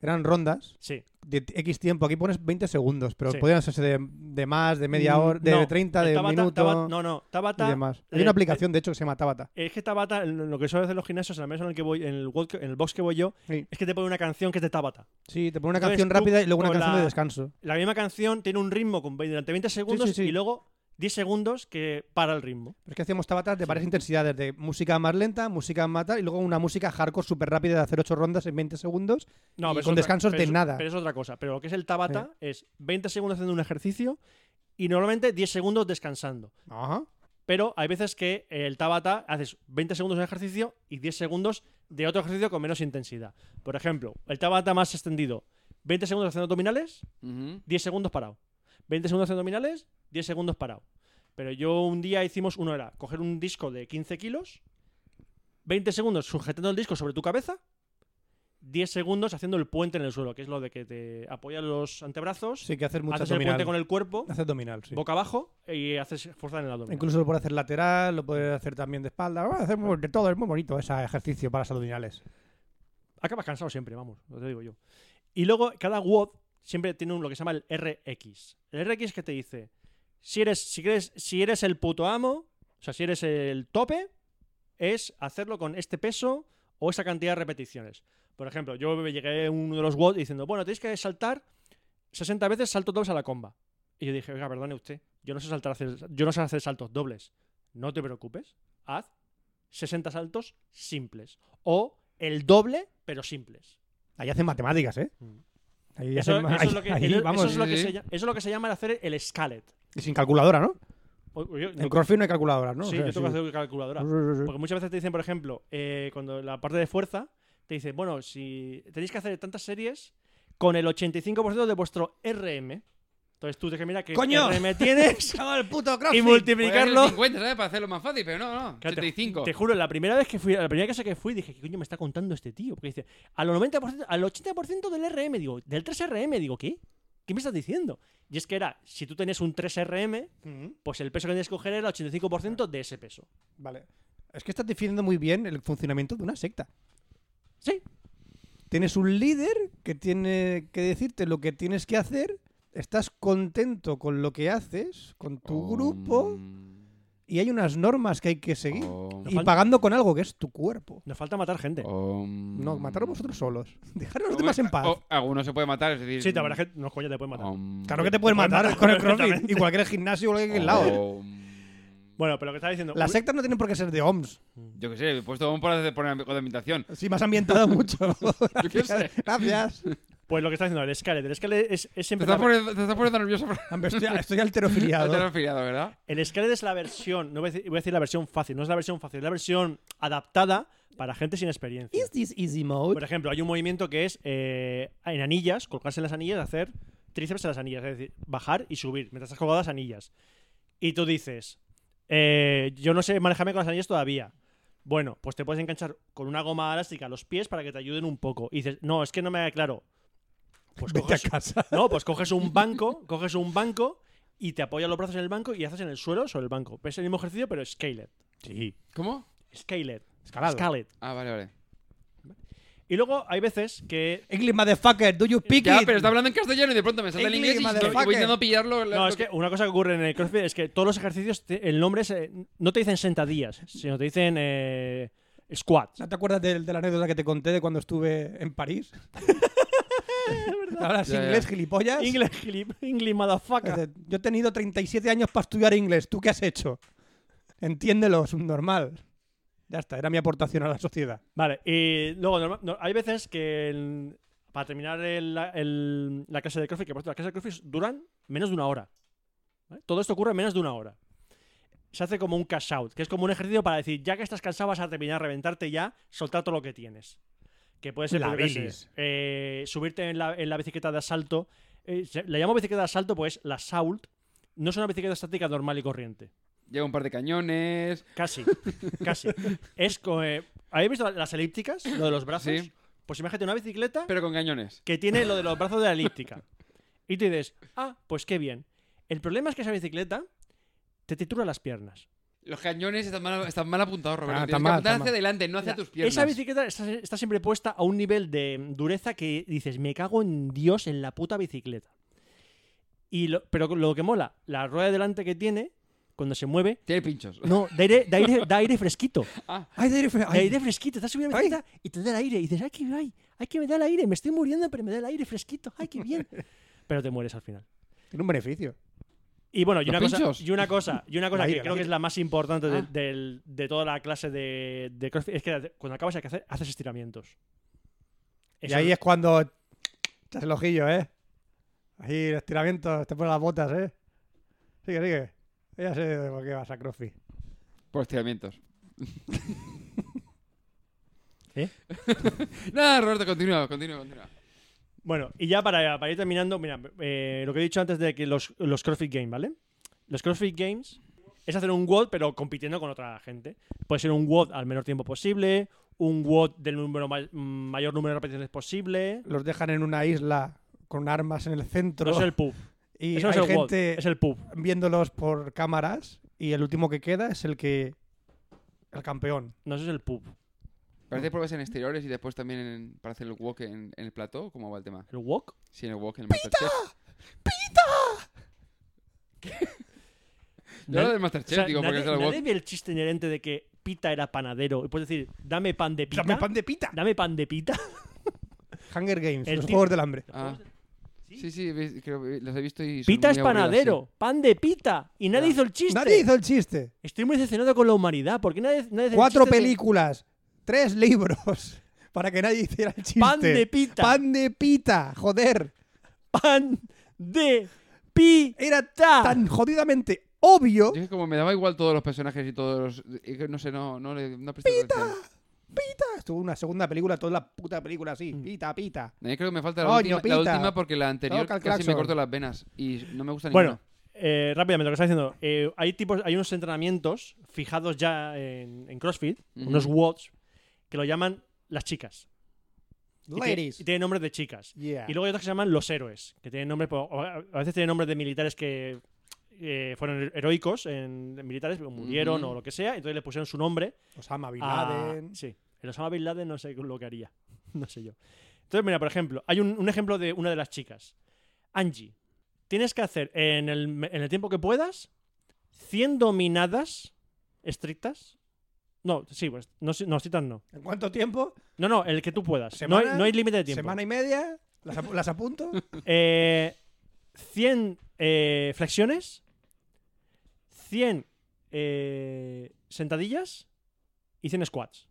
Eran rondas Sí. de X tiempo. Aquí pones 20 segundos, pero Sí. podían hacerse de, de más, de media Mm, hora, de, no, 30, el de Tabata- minuto Tabata- no, no, y Tabata. demás. Hay eh, una aplicación, de hecho, que se llama Tabata. Es que Tabata, en lo que suele hacer los gimnasios, en la mesa en el que voy, en el, walk- en el box que voy yo, Sí. es que te pone una canción que es de Tabata. Sí, te pone una Entonces canción tú rápida y luego una con canción de la- descanso. La misma canción tiene un ritmo con, veinte- durante 20 segundos sí. y luego 10 segundos que para el ritmo. Pero es que hacíamos tabatas de varias intensidades, de música más lenta, música más tal, y luego una música hardcore súper rápida de hacer 8 rondas en 20 segundos. No, Y pero es con otra- descansos pero de es- nada. Pero es otra cosa. Pero lo que es el Tabata es 20 segundos haciendo un ejercicio y normalmente 10 segundos descansando. Ajá. Pero hay veces que eh, el Tabata haces 20 segundos de ejercicio y 10 segundos de otro ejercicio con menos intensidad. Por ejemplo, el Tabata más extendido, 20 segundos haciendo abdominales, Ujú. 10 segundos parado. 20 segundos haciendo abdominales, 10 segundos parado. Pero yo un día hicimos, uno era coger un disco de 15 kilos, 20 segundos sujetando el disco sobre tu cabeza, 10 segundos haciendo el puente en el suelo, que es lo de que te apoyas los antebrazos, Sí, que hacer mucho haces el puente abdominal. con el cuerpo, Hacer abdominal, sí. boca abajo, y haces fuerza en el abdomen. Incluso lo puedes hacer lateral, lo puedes hacer también de espalda, lo puedes hacer muy- de todo, es muy bonito ese ejercicio para las abdominales. acabas cansado siempre, vamos, lo te digo yo. Y luego cada WOD siempre tiene un, lo que se llama el RX. El RX que te dice, si eres, si quieres, si eres el puto amo, o sea, si eres el tope, es hacerlo con este peso o esa cantidad de repeticiones. Por ejemplo, yo me llegué a uno de los WOD diciendo, bueno, tenéis que saltar 60 veces saltos dobles a la comba. Y yo dije, oiga, perdone usted, yo no sé saltar, hacer- yo no sé hacer saltos dobles. No te preocupes, haz 60 saltos simples. O el doble, pero simples. Ahí hacen matemáticas, ¿eh? Mm. Ahí Eso, hacen- eso es lo que- ahí- el- ahí, eso vamos, es lo que sí, se sí. llama- eso es lo que se llama el hacer el escalet. y sin calculadora, ¿no? O- o yo- En CrossFit no hay calculadora, ¿no? O sí, sea, yo tengo sí. que hacer calculadora. Sí, sí, sí. Porque muchas veces te dicen, por ejemplo, eh, cuando la parte de fuerza, te dice, bueno, si tenéis que hacer tantas series con el 85% de vuestro RM. Entonces tú tienes que mirar qué ¡Coño! Ah, RM tienes el puto y Podría ser multiplicarlo. 50, ¿sabes? Para hacerlo más fácil, pero no, no. Claro, te- 85. Te juro, la primera vez que fui, la primera casa que fui, dije, ¿qué coño me está contando este tío? Porque dice, al 90%, al 80% del RM, digo, del 3RM, digo, ¿qué? ¿Qué me estás diciendo? Y es que era, si tú tenías un 3RM, pues el peso que tenías que coger era el 85% de ese peso. Vale. Es que estás definiendo muy bien el funcionamiento de una secta. Sí, Tienes un líder que tiene que decirte lo que tienes que hacer. Estás contento con lo que haces, con tu grupo, y hay unas normas que hay que seguir. y falta- pagando con algo que es tu cuerpo. nos falta matar gente. No, Mm. mataros vosotros solos. Dejar a los demás en paz. alguno se puede matar, es decir. Sí, la verdad es que no, coño, te pueden matar. Om. Claro que te pueden matar matar con el crossfit. perfectamente. Y cualquier gimnasio, cualquier lado. ¿eh? Om. Bueno, pero lo que estaba diciendo... Las sectas no tienen por qué ser de OMS. Yo qué sé, he puesto un por hacer- poner algo de ambientación. Sí, me has ambientado mucho. Yo qué sé. Gracias. pues lo que está diciendo el Scarlet. El Scarlet es, es Te siempre... estás la- poniendo te estás poniendo nervioso por Estoy, estoy te has alterofiliado. resfriado, ¿verdad? El Scarlet es la versión, no voy a, decir, voy a decir la versión fácil, no es la versión fácil, es la versión adaptada para gente sin experiencia. ¿Is this easy Por mode? ejemplo, hay un movimiento que es eh, en anillas, colgarse en las anillas, hacer tríceps en las anillas, es decir, bajar y subir mientras estás colgado a las anillas. Y tú dices, eh, yo no sé manejarme con las anillas todavía. Bueno, pues te puedes enganchar con una goma elástica a los pies para que te ayuden un poco. Y dices, no, es que no me da claro. Pues Vete a coges, casa. no, pues coges un banco, coges un banco y te apoyas los brazos en el banco y haces en el suelo sobre el banco. Es el mismo ejercicio, pero scaled. Sí. ¿Cómo? Scaled. Escalado. Scaled. Ah, vale, vale. Y luego hay veces que English motherfucker, do you pick Ya, it? pero está hablando en castellano y de pronto me sale el English, inglés y estoy- motherfucker. voy intentando pillarlo. No, es que una cosa que ocurre en el CrossFit es que todos los ejercicios, te- el nombre es, eh, no te dicen sentadillas, sino te dicen eh, squats. ¿No te acuerdas del- de, la anécdota que te conté de cuando estuve en París? Hablas Ya, ya. inglés, gilipollas. English, gilip- English motherfucker. Dice, Yo he tenido 37 años para estudiar inglés. ¿Tú qué has hecho? Entiéndelo, subnormal. Ya está, era mi aportación a la sociedad. Vale, y luego norma- no- hay veces que el- para terminar el- la- el- la clase de CrossFit, que por cierto, las clases de CrossFit duran menos de una hora. ¿vale? Todo esto ocurre en menos de una hora. Se hace como un cash out, que es como un ejercicio para decir, ya que estás cansado, vas a terminar, reventarte ya, soltar todo lo que tienes. Que puede ser pues, La yo qué sé, bilis. eh, subirte en la, en la bicicleta de asalto. Eh, se- la llamo bicicleta de asalto, pues la Salt no es una bicicleta estática normal y corriente. Lleva un par de cañones. Casi, casi. Es co- eh, ¿Habéis visto las elípticas? Lo de los brazos. Sí. Pues imagínate una bicicleta Pero con cañones. que tiene lo de los brazos de la elíptica. Y tú dices, ah, pues qué bien. El problema es que esa bicicleta te tritura las piernas. Los cañones están mal, están mal apuntados, Roberto. Ah, están Tienes que mal, apuntar están hacia mal. adelante, no hacia O sea, tus piernas. Esa bicicleta está, está siempre puesta a un nivel de dureza que dices, me cago en Dios en la puta bicicleta. Y lo- pero lo que mola, la rueda de delante que tiene, cuando se mueve, Tiene pinchos. Ah. no, da aire, da aire, da aire fresquito. Ay, de aire fre- De ay. aire fresquito, estás subiendo la Ay. bicicleta y te da el aire. Y dices, ay, que ay, ay, que me da el aire, me estoy muriendo, pero me da el aire fresquito, ay, qué bien. Pero te mueres al final. Tiene un beneficio. Y bueno, y ¿Los una, cosa, pinchos? y una cosa, y una cosa El que aire, el creo que aire. es la más importante de, Ah. del- de toda la clase de, de CrossFit, es que cuando acabas hay que hacer- haces estiramientos. y Eso- ahí es cuando echas el ojillo, ¿eh? Ahí el estiramiento, te pones las botas, ¿eh? Sigue, sigue. Ya sé de por qué vas a CrossFit. Por estiramientos. ¿Eh? no, Roberto, continúa, continúa, continúa. Bueno, y ya para, para ir terminando, mira, eh, lo que he dicho antes de que los, los CrossFit Games, ¿vale? Los CrossFit Games es hacer un WOD, pero compitiendo con otra gente. Puede ser un WOD al menor tiempo posible, un WOD del número ma- mayor número de repeticiones posible. Los dejan en una isla con armas en el centro No es el pub, y eso no es hay el WOD, gente es el pub. viéndolos por cámaras y el último que queda es el que... El campeón. No, eso es el pub. Parece que pruebas en exteriores y después también en- para hacer el walk en, en el plató. ¿Cómo va el tema? ¿El WOD? Sí, en el walk, en el Masterchef. Yo hablo del Masterchef, digo, porque nadie, es el nadie walk. ve el chiste inherente de que Pita era panadero. Y puedes decir, dame pan de pita. Dame pan de pita. Dame pan de pita. Hunger Games, El los tío- Juegos del Hambre. Ah, Sí. sí, sí, ves- creo que los he visto y. son Pita muy es aburridos, panadero, pan de pita. Y nadie Ya. hizo el chiste. Nadie hizo el chiste. Estoy muy decepcionado con la humanidad. ¿Por qué nadie, nadie hace el Cuatro chiste de películas, tres libros, para que nadie hiciera el chiste. Pan de pita. Pan de pita, joder. pan de pita? Era tan jodidamente obvio. Yo es que como me daba igual todos los personajes y todos los... y que No sé, no, no le no presté atención. pita. Ah, Estuvo una segunda película, toda la puta película así, pita, pita. A mí creo que me falta la, Coño, última, pita. la última porque la anterior Toca el casi me claxon. corto las venas y no me gusta Bueno, ninguna. eh, rápidamente lo que está diciendo. eh, hay tipos, hay unos entrenamientos fijados ya en, en CrossFit, Ujú. unos watts, que lo llaman las chicas. Y tiene- Ladies. Y tiene nombres de chicas. Yeah. Y luego hay otros que se llaman los héroes, que tienen nombres, po- o a a veces tienen nombres de militares que eh, fueron her- heroicos en, en militares, pero murieron Ujú. o lo que sea, entonces le pusieron su nombre. Osama Bin a- Laden. Ah, sí. El Osama Bin Laden no sé lo que haría. No sé yo. Entonces, mira, por ejemplo, hay un, un ejemplo de una de las chicas. Angie. Tienes que hacer en el, me- en el tiempo que puedas 100 dominadas estrictas. No, sí, pues, no, sí- no, estrictas no. ¿En cuánto tiempo? No, no, el que tú puedas. No hay, ¿Semana? no hay límite de tiempo. ¿Semana y media? ¿Las, ap- las apunto? Eh, 100 eh, flexiones, 100 eh, sentadillas y 100 squats.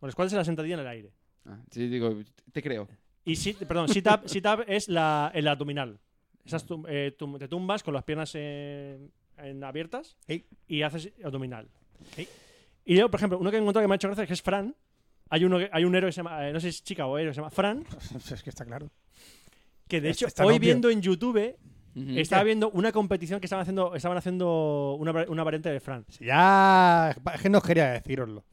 Bueno, el squat es la sentadilla en el aire. Ah, sí, digo, te creo. Y sit, perdón, sit-up sit-up es la, el abdominal. Esas tum- eh, tum- te tumbas con las piernas en- en abiertas Ey. y haces abdominal. Y yo, por ejemplo, uno que he encontrado que me ha hecho gracia que es Fran. Hay, uno que- hay un héroe que se llama, eh, no sé si es chica o héroe, que se llama Fran, es que está claro. que de Es- hecho es tan hoy obvio. viendo en YouTube Ujú. Estaba viendo una competición que estaban haciendo, estaban haciendo una, va- una variante de Fran. Sí, ya. Es que no quería deciroslo.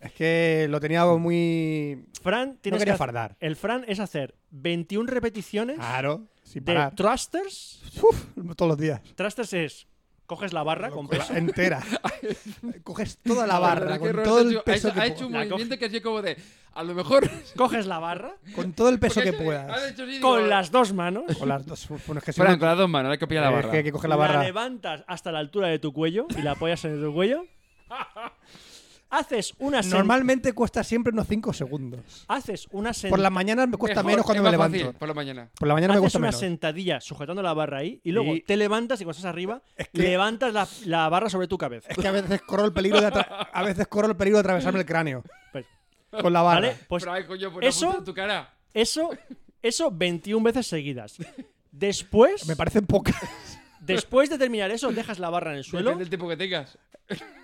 Es que lo tenía muy. Fran No tienes que quería hacer- fardar. el Fran es hacer 21 repeticiones Claro, Ah, sin de parar. thrusters. Uf, todos los días. Thrusters es coges la barra con peso, entera. Coges toda la verdad barra que con Roberto todo ha hecho- el peso ha hecho, que ha hecho un La puedas. coge. movimiento que ha sido como de a lo mejor coges la barra Con todo el peso porque que ha hecho- ha puedas. hecho así, digo, con las dos manos, Con las dos. Bueno, es que si Fran, no- con las dos manos, hay que pillar la eh, barra. Es que hay que coger Pues la barra. levantas hasta la altura de tu cuello y la apoyas en tu cuello. haces una sen- Normalmente cuesta siempre unos 5 segundos. haces una sen- Por la mañana me cuesta Mejor, menos cuando es me más levanto. fácil, por la mañana. Por la mañana me haces cuesta una menos. sentadilla sujetando la barra ahí y luego Y- te levantas y cuando estás arriba que- levantas la, la barra sobre tu cabeza. Es que a veces corro el peligro de atra- a veces corro el peligro de atravesarme el cráneo Pero- con la barra. Pues, ¿Vale? Pues Pero, ay, coño, pues eso- apunta en tu cara. Eso, eso 21 veces seguidas. Después, Me parecen pocas. después de terminar eso, dejas la barra en el suelo. Depende del tiempo que tengas.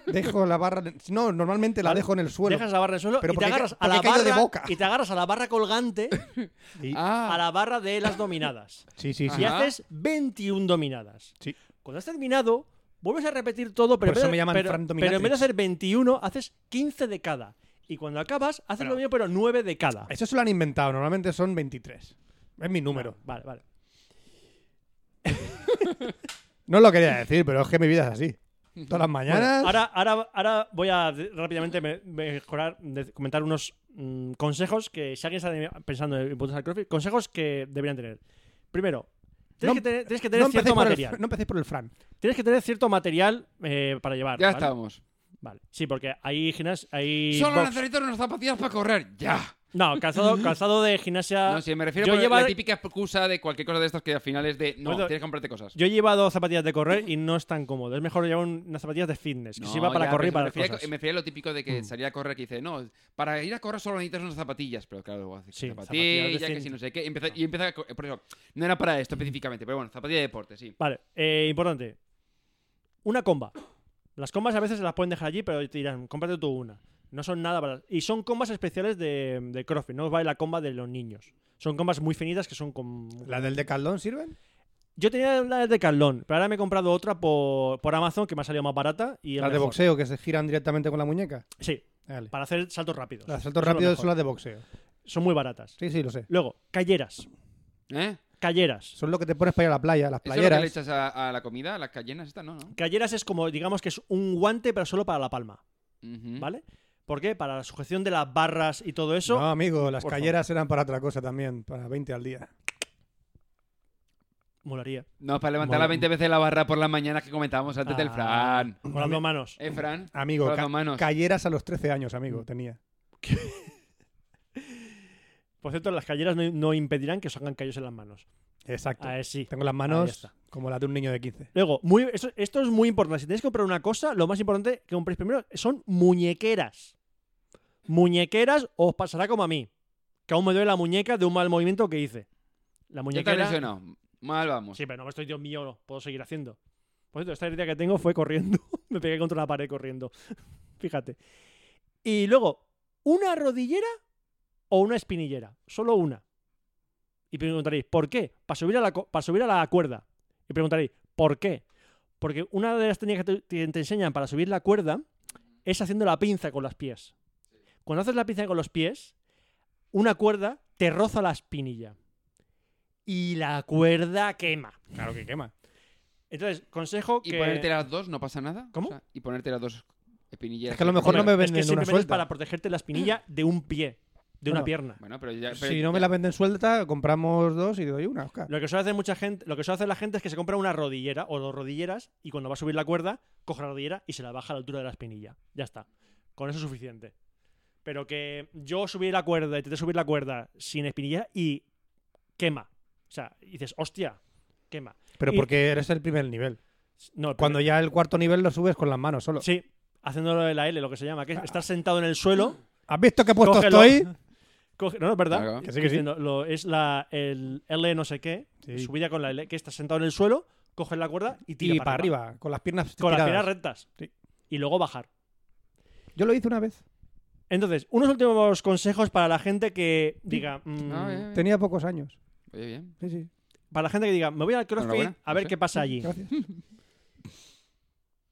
Dejo la barra. en- No, normalmente la ¿vale? dejo en el suelo. Dejas la barra en el suelo y te Pero porque he ca- agarras a porque la he caído barra de boca. y te agarras a la barra colgante, Sí, Ah, a la barra de las dominadas. sí, sí. sí. Y Ajá. haces 21 dominadas. Sí. Cuando has terminado, vuelves a repetir todo, pero, en, Por eso vez de, me llaman pero- Fran pero en vez de Dominatrix. hacer 21, haces 15 de cada. Y cuando acabas, haces lo mismo, pero 9 de cada. Eso se lo han inventado. Normalmente son 23. Es mi número. Ah, Vale, vale. No lo quería decir, pero es que mi vida es así. Todas las mañanas. Bueno, ahora, ahora, ahora voy a de- rápidamente me- mejorar, de- comentar unos mm, consejos que si alguien está de- pensando en puntos al CrossFit, consejos que deberían tener. Primero, tienes No- que tener, tienes que tener no, empecéis cierto por el, material. no empecéis por el Fran. Tienes que tener cierto material eh, para llevar. ya ¿vale? estábamos. Vale. Sí, porque hay gimnasia, hay Solo box. necesito unas zapatillas para correr. Ya. No, calzado, calzado de gimnasia. No, si me refiero Ah, yo Pues a llevar- la típica excusa de cualquier cosa de estas que al final es de no, Bueno, tienes que comprarte cosas. Yo he llevado zapatillas de correr y no es tan cómodo. Es mejor llevar un- unas zapatillas de fitness, que No, sirva para ya, correr y pero para me las refería, cosas. me refería a lo típico de que salía a correr que dice, no, para ir a correr solo necesitas unas zapatillas, pero claro, luego haces Sí, zapatillas zapatillas, que decentes. si no sé qué, y empieza, y empieza a co- por eso, no era para esto específicamente, pero bueno, zapatilla de deporte, sí. Vale, eh, importante. Una comba. Las combas a veces se las pueden dejar allí, pero te dirán, cómprate tú una. No son nada para... Y son combas especiales de, de CrossFit, no os vale la comba de los niños. Son combas muy finitas que son con... ¿La del Decaldón sirven? Yo tenía la de Carlón, pero ahora me he comprado otra por, por Amazon que me ha salido más barata. Y es Las de mejor. boxeo que se giran directamente con la muñeca. Sí, Vale. para hacer saltos rápidos. Las Son pues, saltos lo rápidos mejor. son las de boxeo. Son muy baratas. Sí, sí, lo sé. Luego, calleras. ¿Eh? Calleras. Son lo que te pones para ir a la playa, las ¿Eso es lo que playeras. le echas a, a la comida, a las cayenas esta? No, no. Calleras es como, digamos que es un guante, pero solo para la palma, Ujú. ¿vale? ¿Por qué? Para la sujeción de las barras y todo eso. No, amigo, las Por calleras eran para otra cosa también, para 20 al día. Molaría. No, para levantar las 20 veces la barra por las mañanas que comentábamos antes del Ah, Fran. Con las dos manos. ¿Eh, Fran? Amigo, Con las ca- dos manos. calleras a los 13 años, Mm. amigo, tenía. Por cierto, las calleras no, no impedirán que os hagan callos en las manos. Exacto. Ah, eh, sí. Tengo las Ahí manos está. como las de un niño de 15. Luego, muy, esto, esto es muy importante. Si tenéis que comprar una cosa, lo más importante que compréis primero son muñequeras. Muñequeras os pasará como a mí. Que aún me duele la muñeca de un mal movimiento que hice. La Ya te has muñequera. lesionado. Mal vamos. Sí, pero no me estoy, Dios mío, no puedo seguir haciendo. Por cierto, esta herida que tengo fue corriendo. me pegué contra la pared corriendo. Fíjate. Y luego, ¿Una rodillera o una espinillera? Solo una. Y preguntaréis, ¿por qué? Para subir a la, co- para subir a la cuerda. Y preguntaréis, ¿por qué? Porque una de las técnicas que te, te enseñan para subir la cuerda es haciendo la pinza con los pies. Cuando haces la pinza con los pies, una cuerda te roza la espinilla. Y la cuerda quema. Claro que quema. Entonces, consejo Y que... ponerte las dos, no pasa nada. ¿Cómo? O sea, y ponerte las dos espinilleras. Es que a lo mejor Bueno, no me Es venden que una simplemente es suelta. para protegerte la espinilla de un pie, de una Bueno, pierna. Bueno, pero ya. pero- Si no me la venden suelta, compramos dos y doy una, Oscar. Lo que suele hacer mucha gente, lo que suele hacer la gente es que se compra una rodillera o dos rodilleras y cuando va a subir la cuerda, coge la rodillera y se la baja a la altura de la espinilla. Ya está. Con eso es suficiente. Pero que yo subí la cuerda, intenté subir la cuerda sin espinilla y quema. O sea, dices, hostia, quema. Pero Y- porque eres el primer nivel. No, pero- Cuando ya el cuarto nivel lo subes con las manos solo. Sí, haciéndolo de la L, lo que se llama, que es estar sentado en el suelo. ¿Has visto qué puesto Cógelo. Pues estoy? Coge- no, no, es verdad. Claro. Que sí, que sí. Diciendo, lo- es la el L no sé qué, Sí. subida con la L, que estás sentado en el suelo, coges la cuerda y tira Y para arriba, con las piernas Con las tiradas. piernas rectas. Sí. Y luego bajar. Yo lo hice una vez. Entonces, unos últimos consejos para la gente que diga. mm, Ah, bien, bien. Tenía pocos años. Oye, bien. Sí, sí. para la gente que diga, me voy al CrossFit Enhorabuena, a ver José. qué pasa allí. Gracias.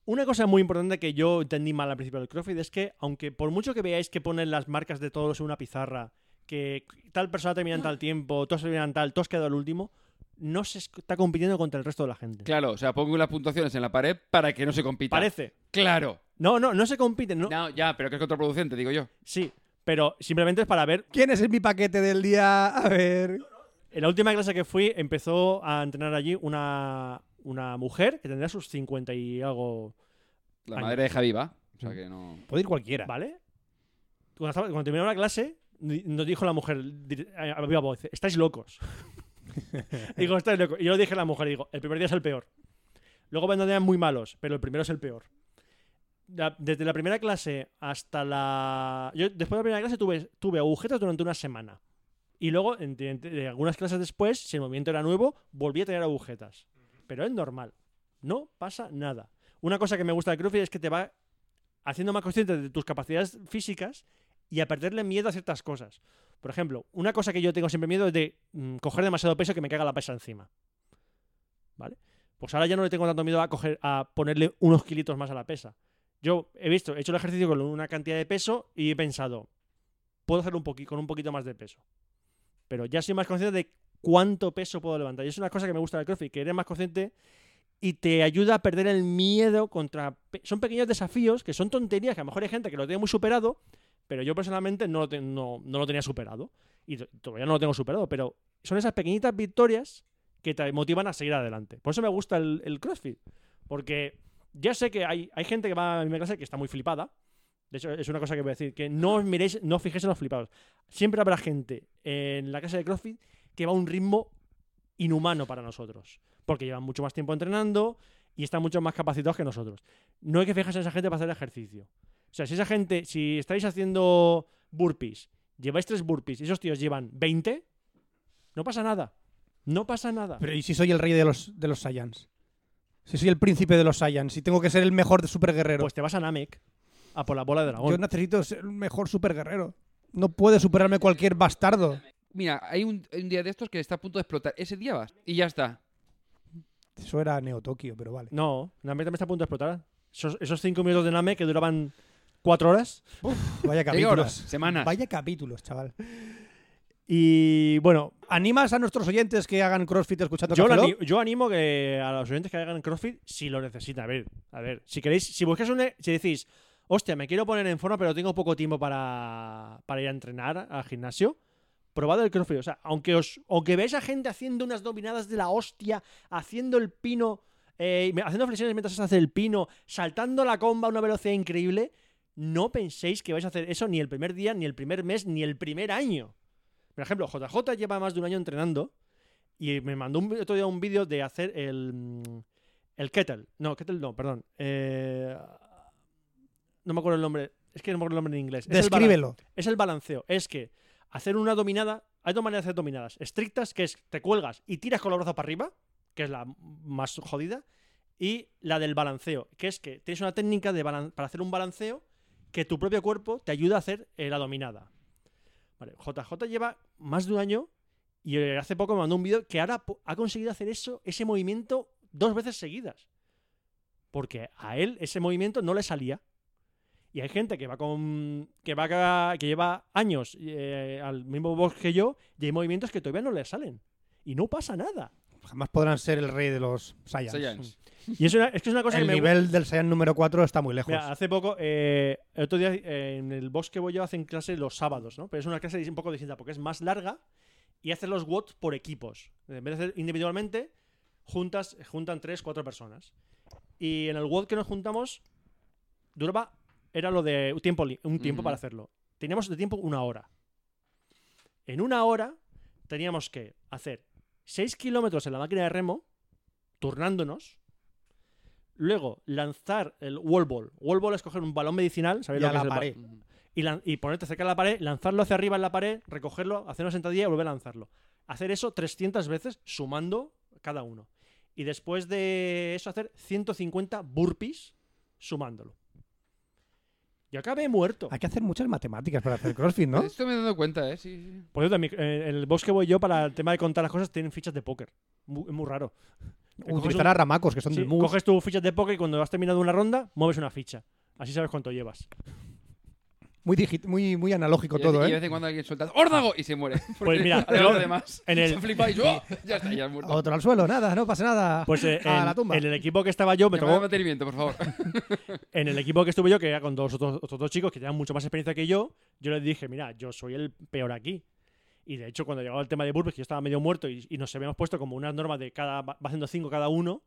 Una cosa muy importante que yo entendí mal al principio del CrossFit es que, aunque por mucho que veáis que ponen las marcas de todos en una pizarra, que tal persona termina en tal tiempo, todos terminan en tal, todos quedado el último, no se es- está compitiendo contra el resto de la gente. Claro, o sea, pongo las puntuaciones en la pared para que no se compita. Parece. Claro. No, no, no se compiten. No, No. ya, pero que es contraproducente, digo yo. Sí, pero simplemente es para ver. ¿Quién es en mi paquete del día? A ver. En la última clase que fui empezó a entrenar allí una, una mujer que tendrá sus 50 y algo, La Año. madre de Javi va. O sea, que no. Puede ir cualquiera. ¿vale? Cuando, estaba- cuando terminó la clase, di- nos dijo la mujer, dir- a a viva voz, estáis locos. digo, estáis locos. Y yo le dije a la mujer, digo, el primer día es el peor. Luego van a tener muy malos, pero el primero es el peor. La- desde la primera clase hasta la... Yo después de la primera clase tuve, tuve agujetas durante una semana. Y luego, en, en- en algunas clases después, si el movimiento era nuevo, volví a tener agujetas. Pero es normal. No pasa nada. Una cosa que me gusta del CrossFit es que te va haciendo más consciente de tus capacidades físicas y a perderle miedo a ciertas cosas. Por ejemplo, una cosa que yo tengo siempre miedo es de mm, coger demasiado peso que me caga la pesa encima. ¿Vale? Pues ahora ya no le tengo tanto miedo a, coger, a ponerle unos kilitos más a la pesa. Yo he visto, he hecho el ejercicio con una cantidad de peso y he pensado, puedo hacerlo un poqui- con un poquito más de peso. Pero ya soy más consciente de cuánto peso puedo levantar. Y es una cosa que me gusta del CrossFit, que eres más consciente y te ayuda a perder el miedo contra... pe- Son pequeños desafíos que son tonterías, que a lo mejor hay gente que lo tiene muy superado, pero yo personalmente no lo, te- no, no lo tenía superado. Y to- todavía no lo tengo superado, pero son esas pequeñitas victorias que te motivan a seguir adelante. Por eso me gusta el, el CrossFit, porque ya sé que hay, hay gente que va a mi clase que está muy flipada. De hecho, es una cosa que voy a decir, que no os miréis, no os fijéis en los flipados. Siempre habrá gente en la clase de CrossFit que va a un ritmo inhumano para nosotros, porque llevan mucho más tiempo entrenando y están mucho más capacitados que nosotros. No hay que fijarse en esa gente para hacer ejercicio. O sea, si esa gente, si estáis haciendo burpees, lleváis tres burpees y esos tíos llevan 20, no pasa nada. No pasa nada. Pero ¿y si soy el rey de los, de los Saiyans? Si soy el príncipe de los Saiyans, si tengo que ser el mejor superguerrero. Pues te vas a Namek a por la bola de dragón. Yo necesito ser el mejor superguerrero. No puede superarme cualquier bastardo. Mira, hay un, hay un día de estos que está a punto de explotar. Ese día vas. Y ya está. Eso era Neo Tokio, pero vale. No, Namek también está a punto de explotar. Esos, esos cinco minutos de Namek que duraban cuatro horas. Vaya Te digo horas, capítulos. semanas. Vaya capítulos, chaval. Y bueno, ¿Animas a nuestros oyentes que hagan crossfit escuchando yo, Café la Lock? ani- yo animo que a los oyentes que hagan CrossFit si lo necesitan. A ver, a ver, si queréis, si buscáis un, e- si decís, hostia, me quiero poner en forma, pero tengo poco tiempo para, para ir a entrenar al gimnasio, probad el CrossFit. O sea, aunque os, aunque veáis a gente haciendo unas dominadas de la hostia, haciendo el pino, eh, haciendo flexiones mientras se hace el pino, saltando la comba a una velocidad increíble, no penséis que vais a hacer eso ni el primer día, ni el primer mes, ni el primer año. Por ejemplo, JJ lleva más de un año entrenando y me mandó un, otro día un vídeo de hacer el, mm, el kettle. No, kettle no, perdón. Eh, no me acuerdo el nombre. Es que no me acuerdo el nombre en inglés. Es el balan- Descríbelo. es el balanceo. Es que hacer una dominada, hay dos maneras de hacer dominadas. Estrictas, que es te cuelgas y tiras con los brazos para arriba, que es la más jodida. Y la del balanceo, que es que tienes una técnica de balan- para hacer un balanceo que tu propio cuerpo te ayuda a hacer eh, la dominada. Vale, JJ lleva más de un año y eh, hace poco me mandó un vídeo que ahora po- ha conseguido hacer eso, ese movimiento dos veces seguidas. Porque a él ese movimiento no le salía. Y hay gente que va con. que va ca- que lleva años eh, al mismo box que yo y hay movimientos que todavía no le salen. Y no pasa nada. Jamás podrán ser el rey de los Saiyans. Saiyans. Y es, una- es que es una cosa Pues El que me- nivel del Saiyan número 4 está muy lejos. Mira, hace poco, eh, el otro día eh, en el box que voy yo hacen clase los sábados, ¿no? Pero es una clase un poco distinta porque es más larga y hacen los WOT por equipos. En vez de hacer individualmente, juntas, juntan tres, cuatro personas. Y en el WOT que nos juntamos, duraba, era lo de un tiempo, li- un tiempo Ujú. para hacerlo. Teníamos de tiempo una hora. En una hora teníamos que hacer 6 kilómetros en la máquina de remo, turnándonos. Luego, lanzar el wall ball. Wall ball es coger un balón medicinal, ¿sabéis Y lo a que la es el ba- pared. Ujú. y, lan- y ponerte cerca de la pared, lanzarlo hacia arriba en la pared, recogerlo, hacer una sentadilla y volver a lanzarlo. Hacer eso 300 veces sumando cada uno. Y después de eso hacer 150 burpees sumándolo. Yo acabé muerto. Hay que hacer muchas matemáticas para hacer CrossFit, ¿no? Esto me he dado cuenta, ¿eh? Sí, sí. Por cierto, en mi- en el box que voy yo para el tema de contar las cosas tienen fichas de póker. Mu- Es muy raro. Coges Utilizar un- a ramacos, que son Sí, del MUS. coges tus fichas de póker y cuando has terminado una ronda, mueves una ficha. Así sabes cuánto llevas. Muy, digi- muy, muy analógico Y- todo, y de vez ¿eh? en cuando alguien suelta ¡Órdago! Y se muere. Porque mira, ha de yo- haber demás. en el- Se flipa y yo, ¡ah! ya está, ya has muerto. Otro al suelo, nada, no pasa nada. Pues eh, en, A la tumba. en el equipo que estaba yo, me Llamada de tocó, mantenimiento, por favor. en el equipo que estuve yo, que era con dos otros, otros dos chicos que tenían mucho más experiencia que yo, yo les dije, mira, yo soy el peor aquí. Y de hecho, cuando llegaba el tema de burpees, que yo estaba medio muerto y, y nos habíamos puesto como unas normas de cada, va haciendo cinco cada uno,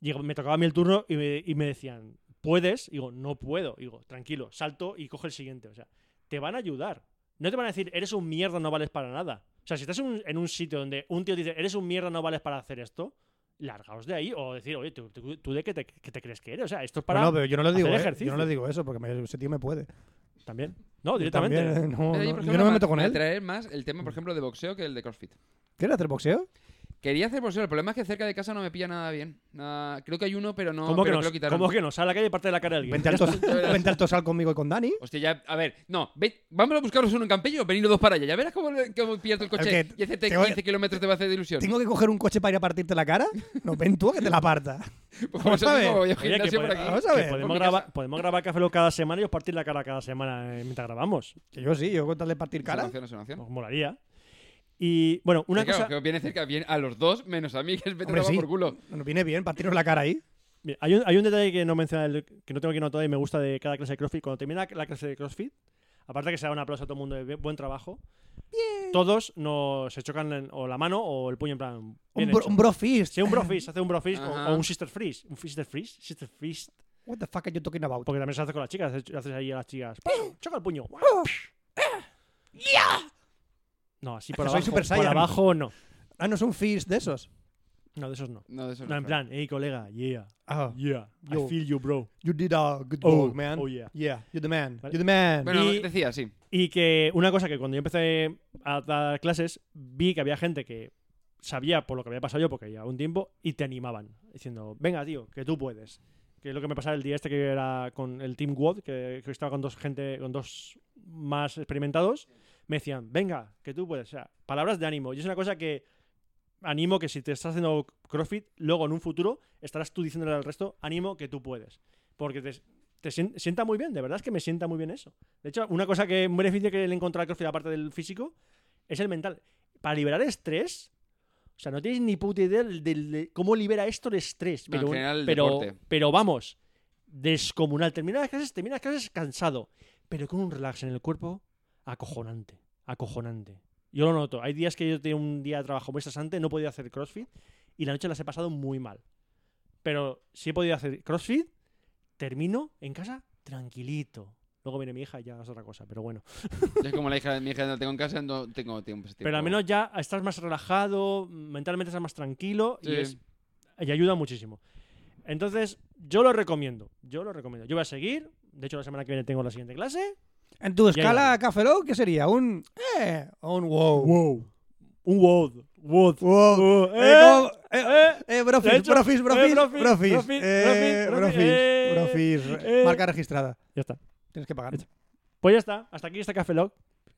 llegó- me tocaba a mí el turno y me, y me decían, ¿puedes? Y digo, no puedo. Y digo, tranquilo, salto y coge el siguiente. O sea, te van a ayudar. No te van a decir, eres un mierda, no vales para nada. O sea, si estás en un, en un sitio donde un tío te dice, eres un mierda, no vales para hacer esto, largaos de ahí. O decir, oye, ¿tú, tú- tú de qué te, qué te crees que eres? O sea, esto es para... no, pero yo no le hacer digo, ¿eh? ejercicio. yo no le digo eso porque me- ese tío me puede. También. No, directamente. Yo también, eh, no, Pero yo, no, por yo ejemplo, no me me- meto con me él. atrae más el tema, por ejemplo, de boxeo que el de CrossFit. ¿Quieres hacer boxeo? Quería hacer boxeo, el problema es que cerca de casa no me pilla nada bien. Nada- creo que hay uno, pero no. ¿Cómo, que pero nos, creo quitaron. cómo que nos? Sal a la calle y parte de la cara de alguien. Vente al, tos- verás. vente al tosal conmigo y con Dani. Hostia, ya, a ver, no, ve, vamos a buscaros uno en Campello, venir los dos para allá. Ya verás cómo, cómo pierdo el coche Es que y hacerte tengo- 15 kilómetros te va a hacer de ilusión. ¿Tengo que coger un coche para ir a partirte la cara? No, ven tú a que te la parta. Pues como eso a ver. mismo, voy a Oye, que gimnasio por pode- aquí. Vamos a que ver, por podemos, mi grabar, podemos grabar Café Lock cada semana y os partir la cara cada semana eh, mientras grabamos. Que yo sí, yo con tal de partir Es una cara. opción, es una opción. Os molaría. Y bueno, una Sí, claro, cosa. que viene cerca, viene a los dos menos a mí, que es vete a Hombre, tomar sí. por culo. Nos viene bien partirnos la cara ahí. Mira, hay, un, hay un detalle que no menciona el- que no tengo aquí notado y me gusta de cada clase de CrossFit. Cuando termina la clase de CrossFit, aparte que se da un aplauso a todo el mundo de bien- buen trabajo, todos nos se chocan en- o la mano o el puño en plan. Un, Bien bro, hecho. un bro fist. Sí, un bro fist, hace un bro fist o, Ajá. o un sister freeze. Un sister freeze, sister fist. What the fuck are you talking about? Porque también se hace con las chicas, haces haces ahí a las chicas. ¡pum! ¡Choca el puño! No, así Es por que soy abajo. Super por Saiyan. abajo no. Ah, no es un fist de esos. No, de esos no. No, de eso No, en plan, hey colega, yeah, Ah, yeah, I Yo. feel you, bro. you did a good Oh, work, man. oh, yeah. you're the man. Vale. You're the man. Bueno, Y- decía, sí. Y que una cosa que cuando yo empecé a dar clases, vi que había gente que sabía por lo que había pasado yo, porque llevaba un tiempo, y te animaban, diciendo, venga, tío, que tú puedes. Que es lo que me pasaba el día este que era con el Team WOD, que, que estaba con dos gente, con dos más experimentados, me decían, venga, que tú puedes. O sea, palabras de ánimo. Y es una cosa que animo que si te estás haciendo CrossFit, luego en un futuro estarás tú diciéndole al resto, ánimo, que tú puedes. Porque te, te sien- sienta muy bien, de verdad es que me sienta muy bien eso. De hecho, una cosa que un beneficio que le encontré al CrossFit aparte del físico es el mental. Para liberar estrés, o sea, no tienes ni puta idea del- del- de cómo libera esto el estrés, No, pero en general el pero deporte. pero vamos, descomunal. Terminas las clases, terminas las clases cansado, pero con un relax en el cuerpo acojonante, acojonante. Yo lo noto. Hay días que yo tenía un día de trabajo muy estresante, no podía hacer CrossFit y la noche las he pasado muy mal. Pero si he podido hacer CrossFit, termino en casa tranquilito. Luego viene mi hija y ya es otra cosa, pero bueno. Yo es como la hija de mi hija no tengo en casa, no tengo tiempo. ese Pero al tiempo. menos ya estás más relajado, mentalmente estás más tranquilo y, Sí. es- y ayuda muchísimo. Entonces, yo lo recomiendo. Yo lo recomiendo. Yo voy a seguir. De hecho, la semana que viene tengo la siguiente clase. En tu Ya escala, llegaré. Café Lock, ¿qué sería? ¿Un eh o un wow? Wow. Un WOD. WOD. Wow. Wow. Eh, Eh, ¿cómo? eh, eh, eh, de brofis, hecho, brofis, eh, brofis, brofis, brofis, brofis, eh, brofis, brofis, eh, brofis, eh, marca registrada. Ya está. Tienes que pagar. Pues ya está, hasta aquí este Café Log.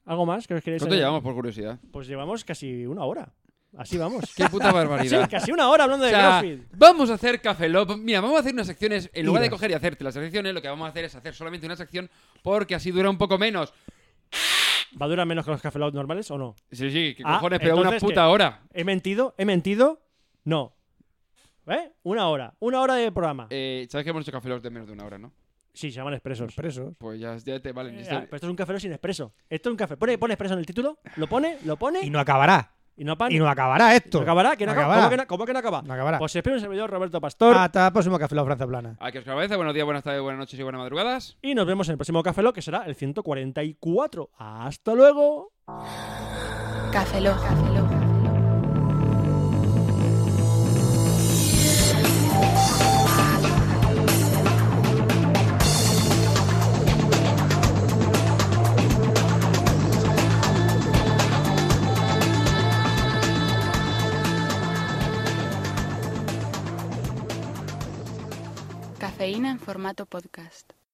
¿Algo más que os queréis ¿Cuánto añadir? llevamos por curiosidad? Pues llevamos casi una hora. Así vamos. Qué puta sí, barbaridad. casi una hora hablando O de sea, Garfield. vamos a hacer Café Lock. Mira, vamos a hacer unas secciones. En lugar de Iras. coger y hacerte las secciones, lo que vamos a hacer es hacer solamente una sección porque así dura un poco menos. ¿Va a durar menos que los Café Log normales o no? Sí, sí, que Ah, cojones, pero una entonces, puta ¿qué? hora. ¿He mentido? ¿He mentido? No. ¿Eh? Una hora. Una hora de programa. Eh, Sabes que hemos hecho Café Lock de menos de una hora, ¿no? Sí, se llaman expresos. Presos. Pues ya, ya te valen. Eh, Esto- ah, pero esto es un café sin expreso. Esto es un café. Pone, pone expreso en el título, lo pone, lo pone Y y, no acabará. no pan. Y no acabará esto. eh. ¿No acabará? ¿Que no No acaba? acabará. ¿Cómo que no, cómo que no acaba? No Ah. acabará. Pues espero un servidor Roberto Pastor Hasta el próximo Café La Franza Plana. Aquí os cabeza. Buenos días, buenas tardes, buenas noches y buenas madrugadas. y nos vemos en el próximo café, lo que será el 144. ¡Hasta luego! Café Lock. Cafeína en formato podcast.